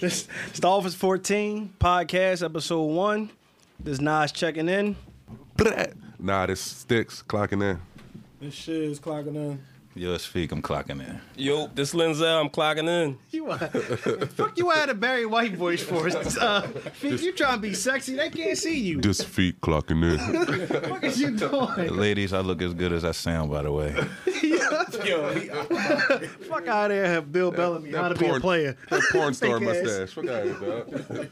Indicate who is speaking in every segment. Speaker 1: This it's the Office 14 podcast, episode one. This Nas checking in.
Speaker 2: Nah, this sticks clocking in.
Speaker 3: This shit is clocking in.
Speaker 4: Yo, it's Feek. I'm clocking in.
Speaker 5: Yo, this Linzel, I'm clocking in.
Speaker 1: You are, fuck you out of Barry White voice for us. Uh, Feek, you trying to be sexy? They can't see you.
Speaker 2: This feet clocking in.
Speaker 1: What is you
Speaker 4: The
Speaker 1: doing?
Speaker 4: ladies, I look as good as I sound, by the way.
Speaker 1: Fuck out of here, Bill Bellamy. How to be a
Speaker 2: porn-
Speaker 1: player?
Speaker 2: That porn star
Speaker 1: Fake ass.
Speaker 2: mustache. Fuck out of here, dog.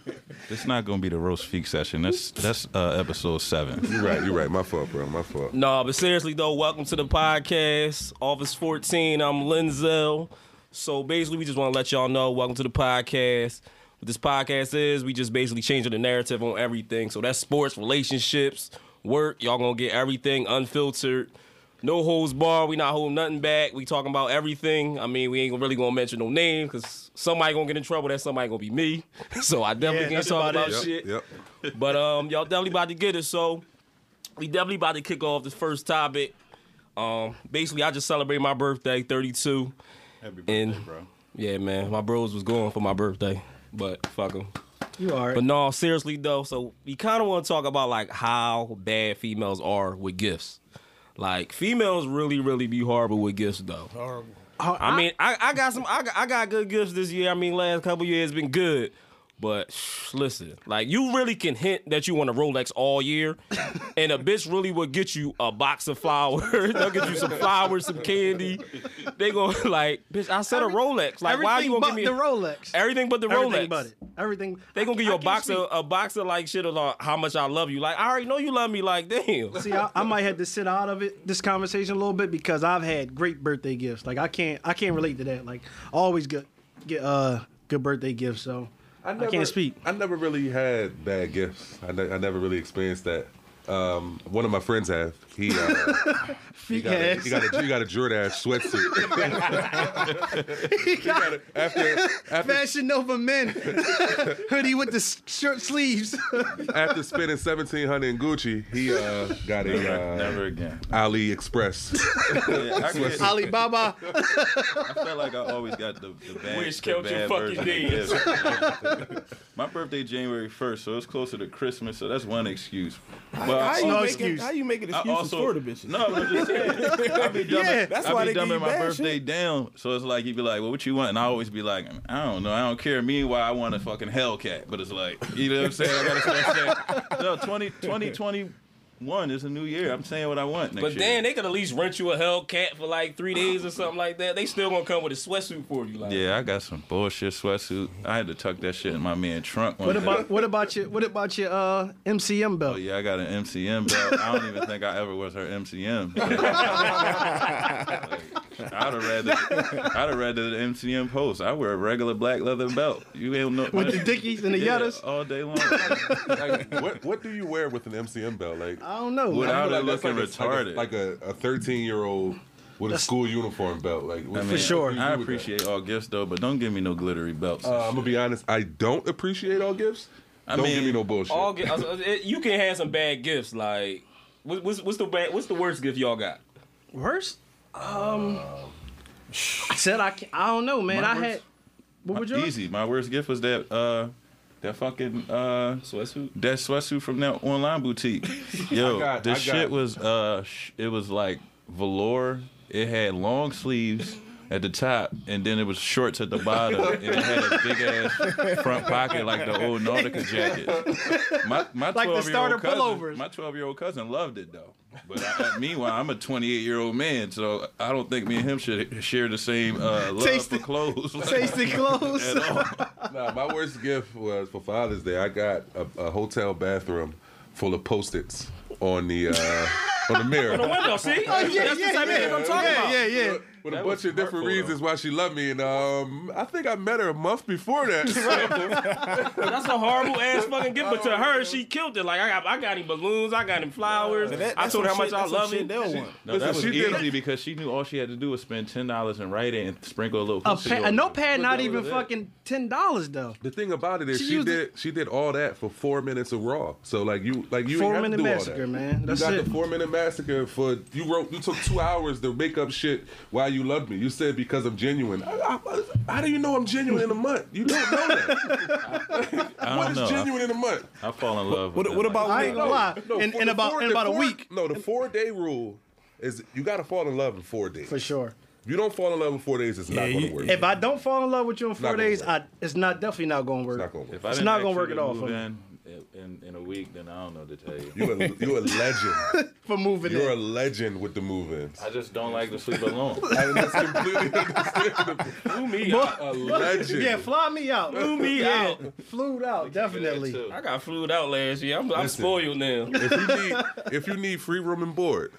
Speaker 4: It's not gonna be the roast Feek session. That's that's uh, episode seven.
Speaker 2: You're right. You're right. My fault, bro. My fault.
Speaker 5: No, but seriously though, welcome to the podcast, Office 14. I'm Linzel. So basically, we just want to let y'all know, welcome to the podcast. What this podcast is, we just basically changing the narrative on everything. So that's sports, relationships, work. Y'all gonna get everything unfiltered. No holds bar. We not holding nothing back. We talking about everything. I mean, we ain't really gonna mention no name because somebody gonna get in trouble. That somebody gonna be me. So I definitely
Speaker 1: Yeah,
Speaker 5: can't
Speaker 1: that's
Speaker 5: talk about
Speaker 1: about it.
Speaker 2: Yep.
Speaker 5: shit.
Speaker 2: Yep.
Speaker 5: But um, y'all definitely about to get it. So we definitely about to kick off the first topic. Um, basically, I just celebrated my birthday, 32.
Speaker 4: Happy birthday,
Speaker 5: And-
Speaker 4: bro.
Speaker 5: Yeah, man, my bros was going for my birthday, but fuck them.
Speaker 1: You are.
Speaker 5: But no, seriously though, so we kind of want to talk about like how bad females are with gifts. Like females really, really be horrible with gifts though.
Speaker 1: Oh,
Speaker 5: I mean, I, I got some, I got, I got good gifts this year. I mean, last couple years been good, but shh, listen, like you really can hint that you want a Rolex all year, and a bitch really will get you a box of flowers. They'll get you some flowers, some candy. They gonna like, bitch, I said a Rolex. Like, why you
Speaker 1: Everything
Speaker 5: gonna
Speaker 1: but
Speaker 5: give me
Speaker 1: the
Speaker 5: a-
Speaker 1: Rolex?
Speaker 5: Everything but the
Speaker 1: Everything
Speaker 5: Rolex.
Speaker 1: but it. Everything.
Speaker 5: They gonna give you
Speaker 1: I
Speaker 5: a
Speaker 1: can't
Speaker 5: box
Speaker 1: speak.
Speaker 5: of a box of like shit about how much I love you. Like I already know you love me. Like damn.
Speaker 1: See, I, I might have to sit out of it this conversation a little bit because I've had great birthday gifts. Like I can't, I can't relate to that. Like I always get get uh good birthday gifts. So I, can't speak.
Speaker 2: I never really had bad gifts. I, ne- I never really experienced that. Um, one of my friends have. He, uh, he, got a, he got a he got a Jordan sweatsuit.
Speaker 1: He got a
Speaker 2: After after
Speaker 1: Fashion Nova men hoodie with the s- short sleeves.
Speaker 2: after spending seventeen hundred in Gucci, he uh, got a uh,
Speaker 4: Never again.
Speaker 2: Ali Express.
Speaker 4: I,
Speaker 1: Alibaba.
Speaker 4: feel like I always got the, the bad,
Speaker 5: Wish
Speaker 4: the
Speaker 5: killed
Speaker 4: bad
Speaker 5: your fucking
Speaker 4: version of gifts. My birthday January first, so it's closer to Christmas, so that's one excuse. But
Speaker 3: How you,
Speaker 1: No
Speaker 3: making,
Speaker 1: excuse.
Speaker 3: how you making
Speaker 4: I
Speaker 3: excuses
Speaker 4: also
Speaker 3: for the bitches?
Speaker 4: No, I'm just saying. I be dumbing,
Speaker 1: Yeah,
Speaker 4: that's
Speaker 3: that's
Speaker 4: I
Speaker 3: why
Speaker 4: be
Speaker 3: they give
Speaker 4: dumbing
Speaker 3: you
Speaker 4: my
Speaker 3: bad
Speaker 4: birthday
Speaker 3: shit.
Speaker 4: down. So it's like you'd be like, "Well, what you want?" And I always be like, "I don't know. I don't care." Meanwhile, I want a fucking Hellcat. But it's like, you know what I'm saying? I gotta start saying, "No, 20, 2021 is a new year. I'm saying what I want next
Speaker 5: But
Speaker 4: year."
Speaker 5: then they could at least rent you a Hellcat for like three days or something like that. They still gonna come with a sweatsuit for you. Like
Speaker 4: yeah, I got some bullshit sweatsuit. I had to tuck that shit in my man trunk. One
Speaker 1: What
Speaker 4: day.
Speaker 1: about what about your what about your uh MCM belt?
Speaker 4: Oh, yeah, I got an MCM belt. I don't even think I ever was her MCM. Like, I'd have read the I'd have read the MCM post. I wear a regular black leather belt. You ain't no
Speaker 1: With the dickies and the
Speaker 4: yeah,
Speaker 1: yettas.
Speaker 4: all day long.
Speaker 2: like, what what do you wear with an MCM belt? Like
Speaker 1: I don't know.
Speaker 4: What
Speaker 1: man.
Speaker 4: I-
Speaker 2: feel
Speaker 4: Out there
Speaker 2: that's like a-
Speaker 4: looking retarded.
Speaker 2: Like a, like a, a 13 year old with a school uniform belt. Like what-
Speaker 4: I mean,
Speaker 1: sure.
Speaker 4: I appreciate all gifts though, but don't give me no glittery belts. and
Speaker 2: Uh, I'm gonna be honest. I don't appreciate all gifts.
Speaker 4: I
Speaker 2: don't
Speaker 4: mean,
Speaker 2: give me no bullshit.
Speaker 5: all gi- uh, uh, it- you can have some bad gifts. Like what- what's what's the bad, what's the worst gift y'all got?
Speaker 1: Worst? Um, I said I can't, I don't know, man.
Speaker 4: My
Speaker 1: I
Speaker 4: worst-
Speaker 1: had what would
Speaker 4: shit.
Speaker 1: you?
Speaker 4: Easy. My worst gift was that uh that fucking uh
Speaker 5: Sweatsuit.
Speaker 4: that sweatsuit from that online boutique. Yo,
Speaker 2: I got-
Speaker 4: this
Speaker 2: I got-
Speaker 4: shit was uh, sh- it was like velour. It had long sleeves at the top, and then it was shorts at the bottom, and it had a big ass front pocket like the old Nautica jacket. My my
Speaker 1: Like the
Speaker 4: twelve year
Speaker 1: starter
Speaker 4: old cousin,
Speaker 1: pullovers.
Speaker 4: my twelve year old cousin loved it though. But I, meanwhile, I'm a 28 year old man, so I don't think me and him should share the same uh, love
Speaker 1: Taste
Speaker 4: for
Speaker 1: it.
Speaker 4: clothes.
Speaker 1: Tasty clothes.
Speaker 4: at all.
Speaker 2: Nah, my worst gift was for Father's Day. I got a, a hotel bathroom full of post-its on the uh, on the mirror.
Speaker 5: Window, see? That's the type of gift I'm talking
Speaker 1: Oh, yeah,
Speaker 5: about.
Speaker 1: yeah, yeah.
Speaker 2: With a
Speaker 4: That
Speaker 2: bunch
Speaker 4: was
Speaker 2: of different
Speaker 4: hurtful,
Speaker 2: reasons why she loved me, and um, I think I met her a month before that.
Speaker 5: That's a horrible ass fucking gift, but to her, she killed it. Like I got, I got him balloons, I got him flowers.
Speaker 3: That- that's
Speaker 5: I told her how
Speaker 3: some
Speaker 5: much
Speaker 3: shit-
Speaker 5: I
Speaker 3: that's some
Speaker 5: love
Speaker 3: shit
Speaker 5: it.
Speaker 3: They'll want.
Speaker 4: No,
Speaker 2: Listen,
Speaker 4: that was
Speaker 2: she did
Speaker 4: easy because she knew all she had to do was spend ten dollars and write it and sprinkle a little.
Speaker 1: A
Speaker 4: pussy
Speaker 1: pad,
Speaker 4: over
Speaker 1: a
Speaker 4: it.
Speaker 1: notepad,
Speaker 4: What
Speaker 1: not
Speaker 4: the hell
Speaker 1: even
Speaker 4: is that?
Speaker 1: fucking ten dollars though.
Speaker 2: The thing about it is
Speaker 1: She
Speaker 2: she,
Speaker 1: used
Speaker 2: did she did all that for four minutes of raw. So like you like you ain't
Speaker 1: Four
Speaker 2: have to
Speaker 1: minute
Speaker 2: do all
Speaker 1: massacre,
Speaker 2: that.
Speaker 1: man. That's
Speaker 2: you got
Speaker 1: it.
Speaker 2: the four minute massacre for you wrote you took two hours to make up shit while you you loved me. You said because I'm genuine. I- I- how do you know I'm genuine in a month? You don't know that.
Speaker 4: I
Speaker 2: what
Speaker 4: don't
Speaker 2: is
Speaker 4: know.
Speaker 2: genuine in a month?
Speaker 4: I, I fall in love.
Speaker 3: What-
Speaker 4: with
Speaker 3: what
Speaker 4: them,
Speaker 3: about-
Speaker 4: like,
Speaker 1: I ain't gonna lie.
Speaker 2: No,
Speaker 1: in,
Speaker 2: for-
Speaker 1: in
Speaker 2: the
Speaker 1: about
Speaker 2: four-
Speaker 1: in
Speaker 2: the
Speaker 1: about a
Speaker 2: four-
Speaker 1: week
Speaker 2: No, the four day rule is you got to fall in love in four days.
Speaker 1: for sure.
Speaker 2: If you don't fall in love in four days, it's not
Speaker 3: Yeah,
Speaker 2: going
Speaker 3: you-
Speaker 2: to work.
Speaker 1: If I don't fall in love with you in four
Speaker 2: gonna
Speaker 1: days,
Speaker 2: work.
Speaker 1: I, it's not definitely not gonna work.
Speaker 2: it's not going to work.
Speaker 4: If I
Speaker 1: It's
Speaker 4: didn't
Speaker 1: not gonna
Speaker 4: ask
Speaker 1: work
Speaker 4: you
Speaker 1: at
Speaker 4: to
Speaker 1: all
Speaker 4: move
Speaker 1: for me.
Speaker 4: in, in in a week, then I don't know to tell you.
Speaker 2: You a, you a legend.
Speaker 1: For moving
Speaker 2: You're a
Speaker 1: in,
Speaker 2: legend with the move-ins.
Speaker 4: I just don't like to sleep alone.
Speaker 2: I mean, that's completely understandable.
Speaker 4: Flew me
Speaker 1: Boy.
Speaker 4: out a legend.
Speaker 1: yeah, fly me out, flew
Speaker 5: me
Speaker 1: yeah,
Speaker 5: out.
Speaker 1: flew out definitely.
Speaker 5: I got flued out last year. I'm, I'm
Speaker 2: Listen.
Speaker 5: spoiled now.
Speaker 2: If you need, if you need free room and board,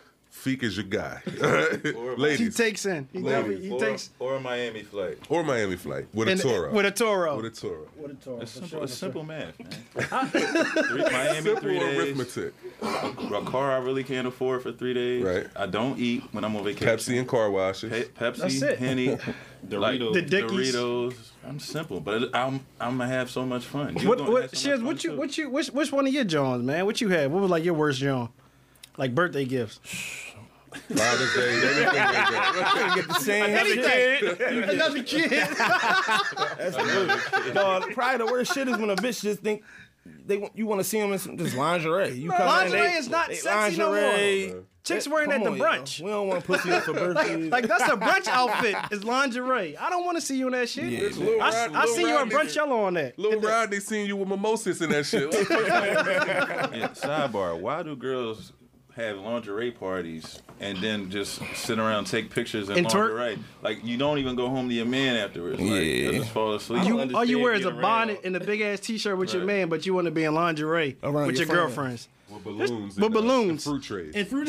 Speaker 2: Feek is your guy. All right?
Speaker 1: He
Speaker 2: Ladies
Speaker 1: takes in, he, definitely, he
Speaker 4: or,
Speaker 1: takes
Speaker 4: or a Miami flight.
Speaker 2: or Miami flight with a
Speaker 1: in,
Speaker 2: Toro.
Speaker 1: with a Toro,
Speaker 2: With a Toro.
Speaker 1: with a Toro.
Speaker 4: It's
Speaker 1: for
Speaker 4: simple,
Speaker 1: sure,
Speaker 4: it's
Speaker 1: for
Speaker 4: simple
Speaker 1: sure.
Speaker 4: math, man. three, Miami
Speaker 2: Simple
Speaker 4: three days.
Speaker 2: arithmetic.
Speaker 4: A car I really can't afford for three days.
Speaker 2: Right.
Speaker 4: I don't eat when I'm on vacation.
Speaker 2: Pepsi and car washes.
Speaker 4: Pe- Pepsi,
Speaker 1: That's it.
Speaker 4: Henny, like,
Speaker 5: Doritos. The
Speaker 1: Dickies.
Speaker 4: Doritos. I'm simple, but it- I'm I'm gonna have so much fun. You
Speaker 1: What
Speaker 4: gonna
Speaker 1: what
Speaker 4: have so much
Speaker 1: Shiz,
Speaker 4: fun
Speaker 1: what you
Speaker 4: too.
Speaker 1: what you which which one of your Johns, man? What you had? What was like your worst John? Like birthday gifts.
Speaker 2: Father's Day. everything like that.
Speaker 3: Get the same
Speaker 1: Another
Speaker 3: shit.
Speaker 1: kid. Another kid.
Speaker 3: Dog, probably the worst shit is when a bitch just think they want you want to see them in some just lingerie. You come in,
Speaker 1: Lingerie
Speaker 3: they-
Speaker 1: is not
Speaker 3: they
Speaker 1: sexy no more.
Speaker 3: lingerie.
Speaker 1: Chicks wearing
Speaker 3: Come
Speaker 1: that to
Speaker 3: on, y'all.
Speaker 1: brunch.
Speaker 3: We don't want pussy for birthdays.
Speaker 1: Like that's a brunch outfit. It's lingerie. I don't want to see you in that shit.
Speaker 3: Yeah,
Speaker 1: I-
Speaker 2: Lil
Speaker 1: I,
Speaker 2: Rod- Lil
Speaker 1: see you in
Speaker 2: Rodney-
Speaker 1: brunch yellow on that.
Speaker 2: Lil Rodney seen you with mimosas and that shit.
Speaker 4: Yeah, sidebar: Why do girls have lingerie parties and then just sit around and take pictures in
Speaker 1: And twerk?
Speaker 4: lingerie? like you don't even go home to your man afterwards. Like,
Speaker 3: Yeah.
Speaker 4: yeah, just fall asleep.
Speaker 1: You, all you wear is a
Speaker 4: Get around.
Speaker 1: bonnet and a big ass t shirt with your
Speaker 4: Right.
Speaker 1: man, but you want to be in lingerie
Speaker 3: Around
Speaker 1: with your,
Speaker 3: your friends.
Speaker 1: girlfriends.
Speaker 2: with balloons.
Speaker 1: But
Speaker 2: and, uh,
Speaker 1: balloons.
Speaker 2: and fruit trays.
Speaker 1: And fruit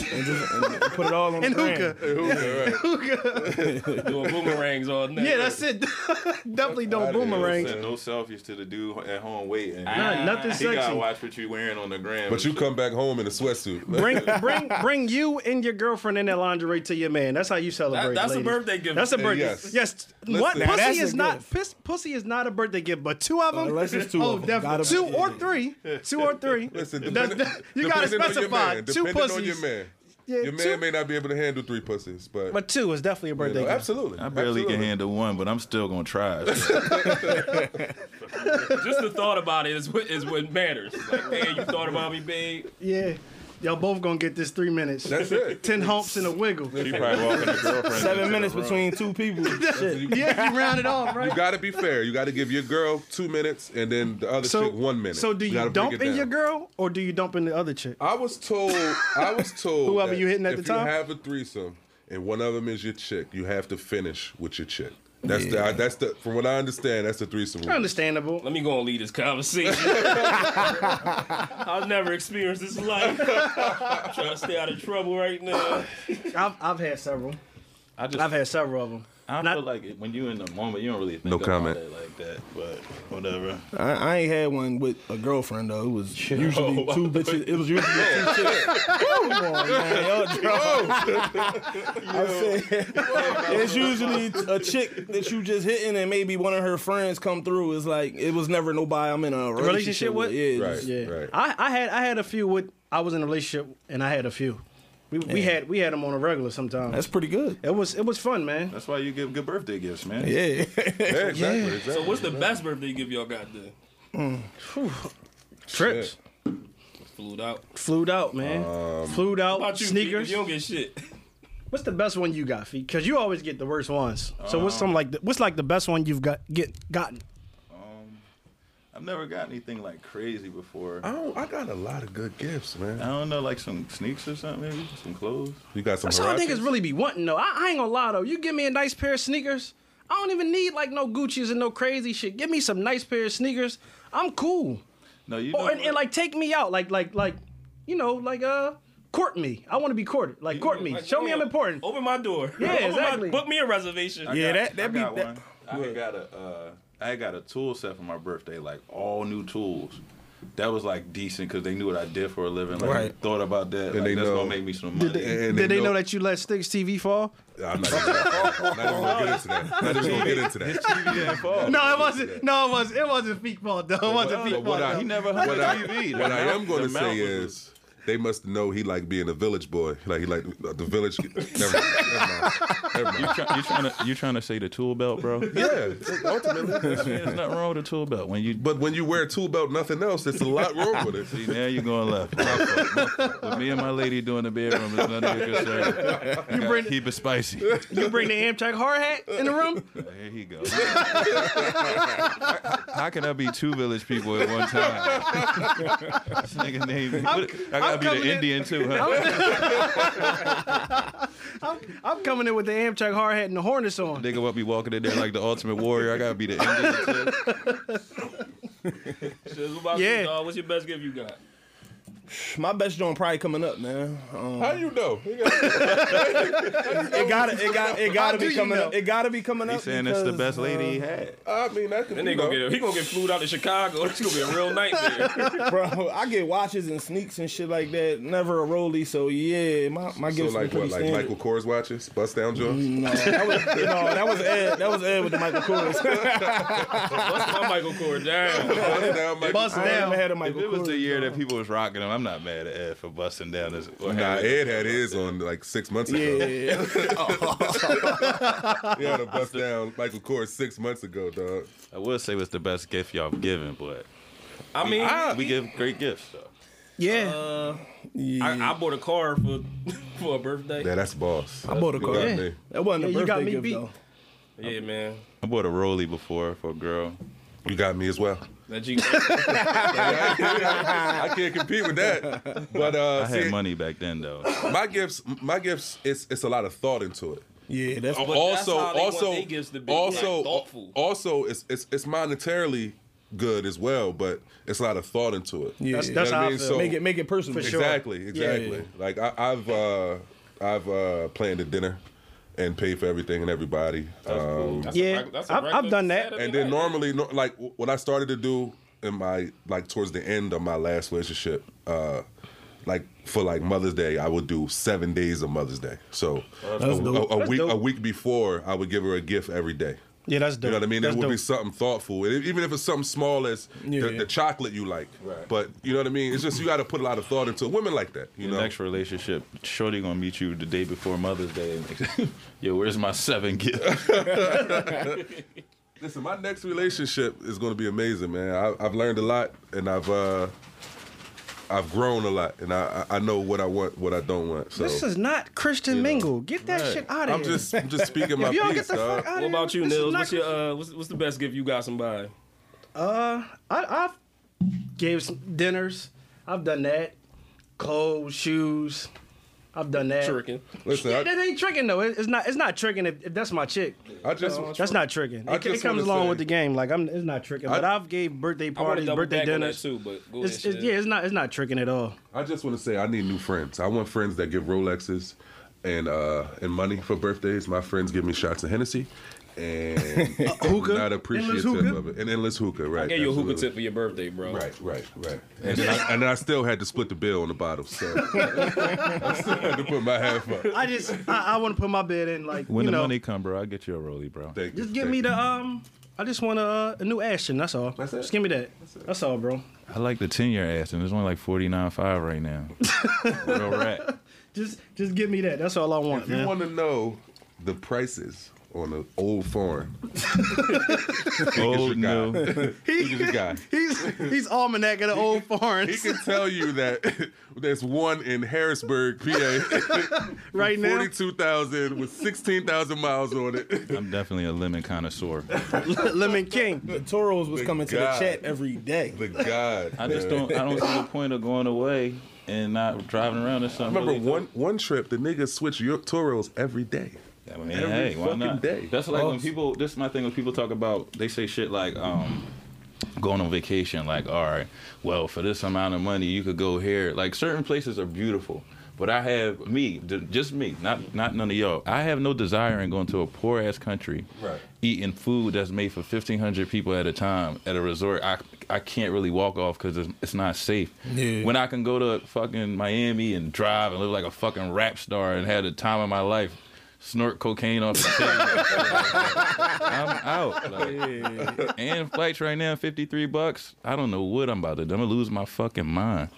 Speaker 3: Put it all on
Speaker 1: and
Speaker 3: the gram.
Speaker 1: hookah.
Speaker 2: Hookah, right.
Speaker 5: Doing boomerangs all night.
Speaker 1: Yeah, that's it. Definitely don't
Speaker 2: Outta here,
Speaker 1: boomerangs.
Speaker 4: Send no selfies to the dude at home waiting.
Speaker 1: Nah, nothing
Speaker 4: he gotta
Speaker 1: Ah. sexy.
Speaker 4: watch what you wearing on the gram.
Speaker 2: But you come back home in a sweatsuit.
Speaker 1: Bring bring bring you and your girlfriend in that lingerie to your man. That's how you celebrate.
Speaker 5: That- that's a
Speaker 1: ladies.
Speaker 5: birthday gift.
Speaker 1: That's a
Speaker 5: Uh,
Speaker 1: birthday.
Speaker 2: yes.
Speaker 1: Yes. what
Speaker 2: Now,
Speaker 1: pussy
Speaker 3: that's a
Speaker 1: is not
Speaker 3: gift.
Speaker 1: piss, pussy is not a birthday gift, but two of them.
Speaker 3: Uh, Unless it's two
Speaker 1: oh,
Speaker 3: of 'em.
Speaker 1: definitely
Speaker 3: Gotta-
Speaker 1: two or
Speaker 3: yeah.
Speaker 1: three. Two or three.
Speaker 2: Listen,
Speaker 1: That's-
Speaker 2: depending,
Speaker 1: that- you gotta
Speaker 2: depending
Speaker 1: specify
Speaker 2: on your man,
Speaker 1: two
Speaker 2: depending on your
Speaker 1: pussies.
Speaker 2: man.
Speaker 1: Yeah,
Speaker 2: Your man
Speaker 1: two-
Speaker 2: may not be able to handle three pussies, but,
Speaker 1: but two is definitely a
Speaker 2: you
Speaker 1: birthday
Speaker 2: know,
Speaker 1: gift.
Speaker 2: absolutely.
Speaker 4: I barely
Speaker 2: absolutely.
Speaker 4: can handle one, but I'm still gonna try.
Speaker 5: Just the thought about it is what is what matters. Like, man, you thought about me, babe.
Speaker 1: Yeah, y'all both gonna get this three minutes.
Speaker 2: That's it.
Speaker 1: Ten humps and a wiggle.
Speaker 4: She probably walking her girlfriend.
Speaker 3: Seven minutes between two people. Shit.
Speaker 2: You,
Speaker 1: yeah, you round it off, right?
Speaker 2: you gotta be fair. You gotta give your girl two minutes and then the other chick one minute.
Speaker 1: So do
Speaker 2: You
Speaker 1: you,
Speaker 2: gotta break
Speaker 1: dump
Speaker 2: it
Speaker 1: in
Speaker 2: down. Uh,
Speaker 1: your girl or do you dump in the other chick?
Speaker 2: I was told. I was told.
Speaker 1: Whoever
Speaker 2: that
Speaker 1: you hitting at
Speaker 2: if
Speaker 1: the time?
Speaker 2: you have a threesome and one of them is your chick, you have to finish with your chick. That's the. I, that's the. From what I understand, that's the threesome. rule.
Speaker 1: Understandable.
Speaker 5: Let me go and lead this conversation. I've never experienced this life. I'm trying to stay out of trouble right now.
Speaker 1: I've I've had several.
Speaker 4: I just
Speaker 1: I've had several of them.
Speaker 4: I
Speaker 1: Not-
Speaker 4: feel like it- when you in the moment, you don't really think
Speaker 2: No
Speaker 4: about
Speaker 2: comment.
Speaker 4: it like that. But whatever.
Speaker 3: I, I ain't had one with a girlfriend though. It was usually two bitches. It was usually two chicks. Come on, man. Y'all drunk. I said, it's usually a chick that you just hitting and maybe one of her friends come through. It's like it was never nobody I'm in a relationship,
Speaker 1: Relationship with?
Speaker 3: with. Yeah,
Speaker 2: Right.
Speaker 3: just-
Speaker 1: Yeah,
Speaker 2: Right.
Speaker 1: I, I had I had a few with I was in a relationship and I had a few. We, we
Speaker 3: Yeah.
Speaker 1: had we had them on a regular sometimes.
Speaker 3: that's pretty good.
Speaker 1: it was it was fun, man.
Speaker 4: That's why you give good birthday gifts, man.
Speaker 3: Yeah,
Speaker 2: Yeah, exactly. exactly.
Speaker 5: So what's the best birthday gift y'all got then?
Speaker 1: Trips,
Speaker 5: Flued out.
Speaker 1: flued out, man,
Speaker 2: Um,
Speaker 1: flued
Speaker 5: How
Speaker 1: out,
Speaker 5: about you?
Speaker 1: sneakers.
Speaker 5: You don't get shit.
Speaker 1: What's the best one you got, Fee? Because you always get the worst ones. So what's some like the, what's like the best one you've got get gotten?
Speaker 4: I've never got anything like crazy before.
Speaker 2: I don't. I got a lot of good gifts,
Speaker 4: I
Speaker 2: man.
Speaker 4: don't know, like some sneaks or something, maybe some clothes.
Speaker 2: You got some.
Speaker 1: That's all
Speaker 2: Hirachis?
Speaker 1: niggas really be wanting though. I, I ain't gonna lie though. You give me a nice pair of sneakers. I don't even need like no Gucci's and no crazy shit. Give me some nice pair of sneakers. I'm cool.
Speaker 4: No, you know,
Speaker 1: Oh, and,
Speaker 4: what?
Speaker 1: and like take me out, like like like, you know, like uh, court me. I want to be courted. Like court me.
Speaker 5: Like,
Speaker 1: Show me
Speaker 5: yeah,
Speaker 1: I'm important.
Speaker 5: Open my door.
Speaker 1: Yeah,
Speaker 5: Open my-
Speaker 1: exactly.
Speaker 5: book me a reservation.
Speaker 4: I
Speaker 3: Yeah,
Speaker 4: got-
Speaker 3: that- that
Speaker 4: I
Speaker 3: be-
Speaker 4: got
Speaker 3: that-
Speaker 4: one. I had got a uh, I had got a tool set for my birthday, like all new tools. That was like decent because they knew what I did for a living. Like,
Speaker 3: Right.
Speaker 4: Thought about that. like,
Speaker 2: they
Speaker 4: that's
Speaker 2: know-
Speaker 4: gonna make me some money.
Speaker 2: And
Speaker 1: Did they know that you let Sticks TV fall?
Speaker 2: I'm not, even- not even gonna get into that. Not even gonna get into that.
Speaker 4: TV didn't fall.
Speaker 1: No, it wasn't. No, it wasn't. It wasn't feet fall. Though it wasn't
Speaker 4: Well,
Speaker 1: feet
Speaker 4: but
Speaker 1: fall.
Speaker 2: what I-
Speaker 1: though.
Speaker 4: He never hung
Speaker 2: What
Speaker 4: the
Speaker 2: I,
Speaker 4: TV.
Speaker 2: what I
Speaker 4: The
Speaker 2: am going to
Speaker 4: mount- the
Speaker 2: say
Speaker 4: mount was-
Speaker 2: is They must know he like being a village boy. Like he like the village. Never mind. Never mind. Never mind.
Speaker 4: You try, you trying to you trying to say the tool belt, bro?
Speaker 2: Yeah, ultimately.
Speaker 4: There's nothing wrong with the tool belt when you. But
Speaker 2: But when you wear a tool belt, nothing else, it's a lot wrong with it.
Speaker 4: see, now you're going left. My fault, my fault. But me and my lady doing the bedroom is none of your concern. You
Speaker 1: bring-
Speaker 4: keep it spicy.
Speaker 1: You bring the Amtrak hard hat in the room?
Speaker 4: There he goes. How can I be two village people at one time? this nigga name. what- I gotta
Speaker 1: I'm
Speaker 4: be the
Speaker 1: coming in-
Speaker 4: Indian too, huh?
Speaker 1: I'm, I'm coming in with the Amtrak hard hat and the harness on.
Speaker 4: nigga will be walking in there like the ultimate warrior. I gotta be the Indian too.
Speaker 1: Yeah.
Speaker 5: yeah. What's your best gift you got?
Speaker 3: My best joint probably coming up, man. Um,
Speaker 2: How you know?
Speaker 3: it got it got it got to
Speaker 1: do
Speaker 3: be
Speaker 1: you
Speaker 3: coming
Speaker 1: know?
Speaker 3: up. It got to be coming
Speaker 4: He's
Speaker 3: up.
Speaker 4: saying it's the
Speaker 3: because,
Speaker 4: best lady he
Speaker 3: uh,
Speaker 4: had.
Speaker 2: I mean, that could
Speaker 5: Then
Speaker 2: be.
Speaker 5: they gonna
Speaker 2: you know.
Speaker 5: get he gonna get flued out to Chicago. It's gonna be a real nightmare.
Speaker 3: uh, bro. I get watches and sneaks and shit like that. Never a rollie, so yeah, my my
Speaker 2: So
Speaker 3: gifts
Speaker 2: like
Speaker 3: were
Speaker 2: what?
Speaker 3: pretty Mm.
Speaker 2: Like
Speaker 3: standard.
Speaker 2: Michael Kors watches, bust down joints.
Speaker 3: No, that was no, that was Ed. That was Ed with the Michael Kors.
Speaker 5: What's my Michael Kors down?
Speaker 2: Bust down Michael.
Speaker 1: Bust
Speaker 3: I ain't
Speaker 1: down.
Speaker 3: never had a
Speaker 4: If
Speaker 3: Michael
Speaker 4: it was the
Speaker 3: Kors.
Speaker 4: year that people was rocking him, I'm not mad at Ed for busting down his. or
Speaker 2: Nah,
Speaker 4: having-
Speaker 2: Ed had his on like six months ago.
Speaker 3: Yeah, yeah, yeah.
Speaker 2: He had a bust down Michael Kors six months ago, dog.
Speaker 4: I would say it's the best gift y'all have given, but
Speaker 5: I mean,
Speaker 4: we,
Speaker 1: Ah.
Speaker 5: I,
Speaker 4: we give great gifts. So.
Speaker 1: Yeah.
Speaker 5: I, bought a car for for a birthday.
Speaker 2: Yeah, that's boss. I
Speaker 3: bought a car.
Speaker 1: Yeah.
Speaker 3: That wasn't a
Speaker 1: Yeah,
Speaker 3: birthday
Speaker 1: you got me
Speaker 3: gift
Speaker 1: beat.
Speaker 3: though.
Speaker 5: Yeah, man.
Speaker 4: I bought a rollie before for a girl.
Speaker 2: You got me as well.
Speaker 5: That you
Speaker 2: I can't compete with that. But uh,
Speaker 4: I had
Speaker 2: see,
Speaker 4: money back then though.
Speaker 2: my gifts, my gifts, it's it's a lot of thought into it.
Speaker 3: Yeah,
Speaker 1: Oh,
Speaker 3: that's
Speaker 5: But that's
Speaker 2: also,
Speaker 5: how they want
Speaker 2: also,
Speaker 5: their gifts to be,
Speaker 2: also,
Speaker 5: like, thoughtful.
Speaker 2: also, it's it's it's monetarily good as well, but it's a lot of thought into it.
Speaker 3: yeah.
Speaker 1: That's, that's
Speaker 2: You know what
Speaker 1: how
Speaker 2: I
Speaker 1: I
Speaker 2: mean?
Speaker 1: feel.
Speaker 2: So-
Speaker 3: make it make it personal.
Speaker 1: oh, For sure.
Speaker 2: Exactly, exactly. Like I, I've uh, I've uh, planned a dinner and paid for everything and everybody. Um,
Speaker 1: yeah, I've- I've done that.
Speaker 2: and then normally, no, like w- what I started to do in my like towards the end of my last relationship, uh, like for like Mother's Day, I would do seven days of Mother's Day. So a,
Speaker 3: dope.
Speaker 2: a- a
Speaker 1: That's
Speaker 2: week
Speaker 1: dope.
Speaker 2: a week before, I would give her a gift every day.
Speaker 1: Yeah, that's dope.
Speaker 2: You know what I mean?
Speaker 1: That's
Speaker 2: it would
Speaker 1: dope.
Speaker 2: be something thoughtful, and even if it's something small as
Speaker 3: Yeah,
Speaker 2: the,
Speaker 3: yeah.
Speaker 2: the chocolate you like.
Speaker 4: Right.
Speaker 2: But you know what I mean? It's just you got to put a lot of thought into it. women like that. You
Speaker 4: Your
Speaker 2: know,
Speaker 4: next relationship, shorty gonna meet you the day before Mother's Day. and- Yo, where's my seven gifts?
Speaker 2: Listen, my next relationship is going to be amazing, man. I, I've learned a lot, and I've uh, I've grown a lot, and I I I know what I want, what I don't want. So
Speaker 1: This is not Christian Mingle. Get that shit out of
Speaker 2: I'm
Speaker 1: here.
Speaker 2: just I'm just speaking my
Speaker 1: if y'all
Speaker 2: piece,
Speaker 1: get the
Speaker 2: dog.
Speaker 1: fuck out of
Speaker 5: What
Speaker 1: here.
Speaker 5: about you,
Speaker 1: this is
Speaker 5: Nils?
Speaker 1: not
Speaker 5: What's your uh, what's, what's the best gift you got somebody?
Speaker 1: Uh, I, I've gave some dinners. I've done that. Clothes, shoes. I've done that.
Speaker 5: Tricking.
Speaker 2: Listen,
Speaker 1: That
Speaker 2: I,
Speaker 1: ain't tricking though. It- It's not. It's not tricking if, if that's my chick.
Speaker 2: I just
Speaker 1: That's not tricking.
Speaker 2: I
Speaker 1: It, it
Speaker 2: just
Speaker 1: comes
Speaker 2: wanna
Speaker 1: along
Speaker 2: say-
Speaker 1: with the game. Like I'm. It's not tricking. but I've gave birthday
Speaker 5: I want to
Speaker 1: parties,
Speaker 5: double
Speaker 1: birthday
Speaker 5: back on that
Speaker 1: dinners.
Speaker 5: too, but go
Speaker 1: It's,
Speaker 5: ahead.
Speaker 1: it's,
Speaker 5: Shay.
Speaker 1: yeah, it's not. It's not tricking at all.
Speaker 2: I just want to say I need new friends. I want friends that give Rolexes and uh and money for birthdays. My friends give me shots of Hennessy. And hookah, not appreciative
Speaker 1: hookah?
Speaker 2: of it, and endless hookah, right?
Speaker 5: I gave you a hookah
Speaker 2: absolutely.
Speaker 5: tip for your birthday, bro.
Speaker 2: Right, right, right. And then I, and then I still had to split the bill on the bottle, so I still had to put my half up.
Speaker 1: I just. I, I want to put my bid in. Like
Speaker 4: When
Speaker 1: you
Speaker 4: the
Speaker 1: know.
Speaker 4: money come, bro, I get you a rollie, bro.
Speaker 2: Thank you.
Speaker 1: just give me the um. I just want a, a new Ashton. That's all.
Speaker 2: That's it?
Speaker 1: Just give me that. That's, all, bro.
Speaker 4: I like the ten year ass, and it's only like forty nine five right now. Real rat.
Speaker 1: Just just give me that. That's all I want,
Speaker 2: If you
Speaker 1: man.
Speaker 2: want to know the prices on an old farm, your guy.
Speaker 4: Old new.
Speaker 2: look at the guy.
Speaker 1: He's he's almanac at the old
Speaker 2: He
Speaker 1: farms
Speaker 2: can tell you that there's one in Harrisburg, PA,
Speaker 1: right now.
Speaker 2: forty-two thousand with sixteen thousand miles on it.
Speaker 4: I'm definitely a lemon connoisseur.
Speaker 1: Lemon King.
Speaker 3: Toros was coming to the
Speaker 2: God.
Speaker 3: chat every day.
Speaker 2: The God.
Speaker 4: I just don't. I don't see the point of going away and not driving around or something.
Speaker 2: Remember
Speaker 4: really
Speaker 2: one one trip, the niggas switch your Toros every day.
Speaker 4: I mean,
Speaker 2: Every
Speaker 4: hey, why
Speaker 2: fucking
Speaker 4: not? Oh.
Speaker 2: day.
Speaker 4: That's like when people. This is my thing when people talk about. They say shit like, um, going on vacation. Like, all right, well, for this amount of money, you could go here. Like, certain places are beautiful. But I have me, d- just me, not not none of y'all. I have no desire in going to a poor ass country,
Speaker 2: Right.
Speaker 4: eating food that's made for fifteen hundred people at a time at a resort. I I can't really walk off because it's, it's not safe.
Speaker 3: Yeah.
Speaker 4: When I can go to fucking Miami and drive and live like a fucking rap star and had the time of my life, snort cocaine off the table. I'm out. like. and flights right now, 53 bucks. I don't know what I'm about to do. I'm going to lose my fucking mind.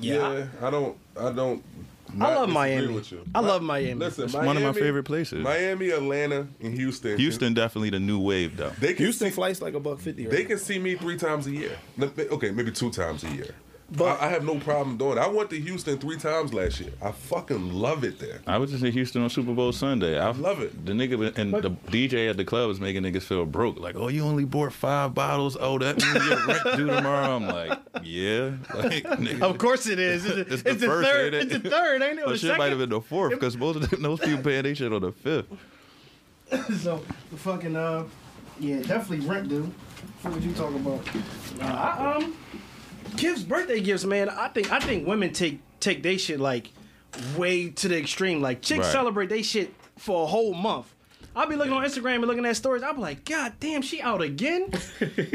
Speaker 2: Yeah, I don't. I don't.
Speaker 1: I
Speaker 2: not
Speaker 1: love
Speaker 2: disagree
Speaker 1: Miami.
Speaker 2: with you.
Speaker 1: I love Miami.
Speaker 2: Listen,
Speaker 4: It's
Speaker 2: Miami,
Speaker 4: one of my favorite places.
Speaker 2: Miami, Atlanta, and Houston.
Speaker 4: Houston definitely the new wave though.
Speaker 2: They can
Speaker 3: Houston flights like a buck fifty.
Speaker 2: They
Speaker 3: Right?
Speaker 2: can see me three times a year. No, they- Okay, maybe two times a year. But I, I have no problem doing. it. I went to Houston three times last year. I fucking love it there.
Speaker 4: I was just in Houston on Super Bowl Sunday. I
Speaker 2: Love it.
Speaker 4: The nigga was- and the DJ at the club was making niggas feel broke. Like, oh, you only bought five bottles. Oh, that means your rent due tomorrow. I'm like, yeah. Like, nigga,
Speaker 1: Of course it is. It's,
Speaker 4: It's
Speaker 1: it's,
Speaker 4: the
Speaker 1: the
Speaker 4: first,
Speaker 1: third.
Speaker 4: ain't it?
Speaker 1: It's the third, ain't it? Or
Speaker 4: But
Speaker 1: the
Speaker 4: shit might have been
Speaker 1: second.
Speaker 4: the fourth because most of them, those people paying they shit on the fifth.
Speaker 1: So the fucking uh, yeah, definitely rent due. What would you talk about? Uh, I, um, gifts, birthday gifts, man. I think I think women take take they shit like way to the extreme. Like chicks
Speaker 4: Right.
Speaker 1: celebrate they shit for a whole month. I'll be looking on Instagram and looking at stories. I'll be like, God damn, she out again?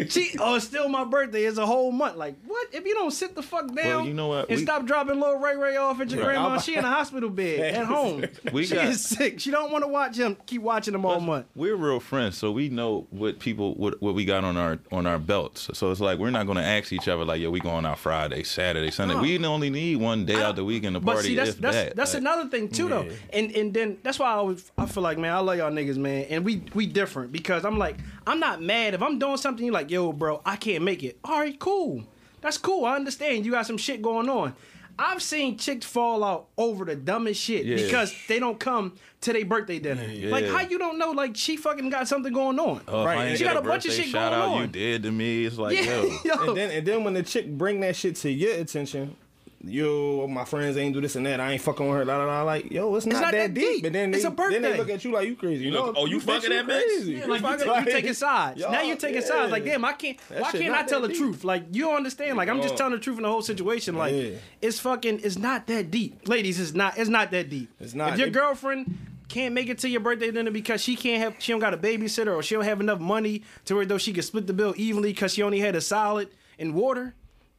Speaker 1: she, oh, it's still my birthday. It's a whole month. Like, what? If you don't sit the fuck down
Speaker 4: you know what?
Speaker 1: and
Speaker 4: We-
Speaker 1: stop dropping little Ray Ray off at your grandma, she in a hospital bed at home.
Speaker 4: We
Speaker 1: she
Speaker 4: got-
Speaker 1: is sick. She don't want to watch him. Keep watching him all month.
Speaker 4: We're real friends, so we know what people what, what we got on our on our belts. So it's like we're not gonna ask each other like, yo, we going out Friday, Saturday, Sunday. We only need one day out the weekend to
Speaker 1: But
Speaker 4: party.
Speaker 1: see, that's
Speaker 4: if
Speaker 1: that's
Speaker 4: that.
Speaker 1: that's
Speaker 4: Like,
Speaker 1: another thing too, though. And and then that's why I always I feel like man, I love y'all niggas, man. And we we different because I'm like I'm not mad if I'm doing something. You're like, yo, bro, I can't make it. All right, cool. That's cool. I understand. You got some shit going on. I've seen chicks fall out over the dumbest shit
Speaker 4: Yeah.
Speaker 1: because they don't come to their birthday dinner. Like how you don't know? Like she fucking got something going on.
Speaker 4: Oh, if I
Speaker 3: Right,
Speaker 4: ain't
Speaker 3: she
Speaker 1: got a bunch of
Speaker 4: birthday
Speaker 1: shit
Speaker 4: shout
Speaker 1: going
Speaker 4: out, You
Speaker 1: on.
Speaker 4: did to me. It's like,
Speaker 1: yeah,
Speaker 4: yo,
Speaker 1: yo.
Speaker 3: And then and then when the chick bring that shit to your attention. Yo, my friends ain't do this and that. I ain't fucking with her. La, la, la. Like, yo, it's not,
Speaker 1: not that
Speaker 3: that deep.
Speaker 1: deep.
Speaker 3: But then they,
Speaker 1: It's a
Speaker 3: then they
Speaker 1: birthday.
Speaker 3: look at you like you crazy. You know,
Speaker 5: oh, you fucking
Speaker 3: you
Speaker 5: that bitch?
Speaker 3: crazy.
Speaker 1: Yeah, like you, ta- you taking sides.
Speaker 3: Y'all-
Speaker 1: now you're taking
Speaker 3: yeah.
Speaker 1: sides. Like damn, I can't.
Speaker 3: That
Speaker 1: why
Speaker 3: shit
Speaker 1: can't
Speaker 3: not
Speaker 1: I tell
Speaker 3: that
Speaker 1: the
Speaker 3: deep.
Speaker 1: truth? Like you don't understand. Like I'm just telling the truth in the whole situation. Like
Speaker 3: Yeah.
Speaker 1: it's fucking. It's not that deep, ladies. It's not. It's not that deep.
Speaker 3: It's not.
Speaker 1: If your
Speaker 3: It-
Speaker 1: girlfriend can't make it to your birthday dinner because she can't have, she don't got a babysitter or she don't have enough money to where though she can split the bill evenly because she only had a salad and water.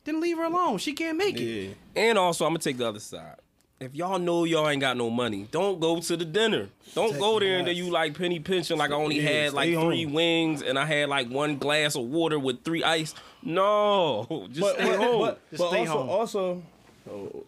Speaker 1: Then leave her alone. She can't make it.
Speaker 3: Yeah.
Speaker 5: And also, I'm gonna take the other side. If y'all know y'all ain't got no money, don't go to the dinner. Don't go there and then you like penny pinching. Like I only
Speaker 3: Yeah,
Speaker 5: had
Speaker 3: stay
Speaker 5: like three
Speaker 3: home.
Speaker 5: wings and I had like one glass of water with three ice. No, just
Speaker 3: but,
Speaker 5: stay
Speaker 3: but-
Speaker 5: home.
Speaker 3: but-
Speaker 1: Just
Speaker 3: but
Speaker 1: stay
Speaker 3: also,
Speaker 1: home.
Speaker 3: also,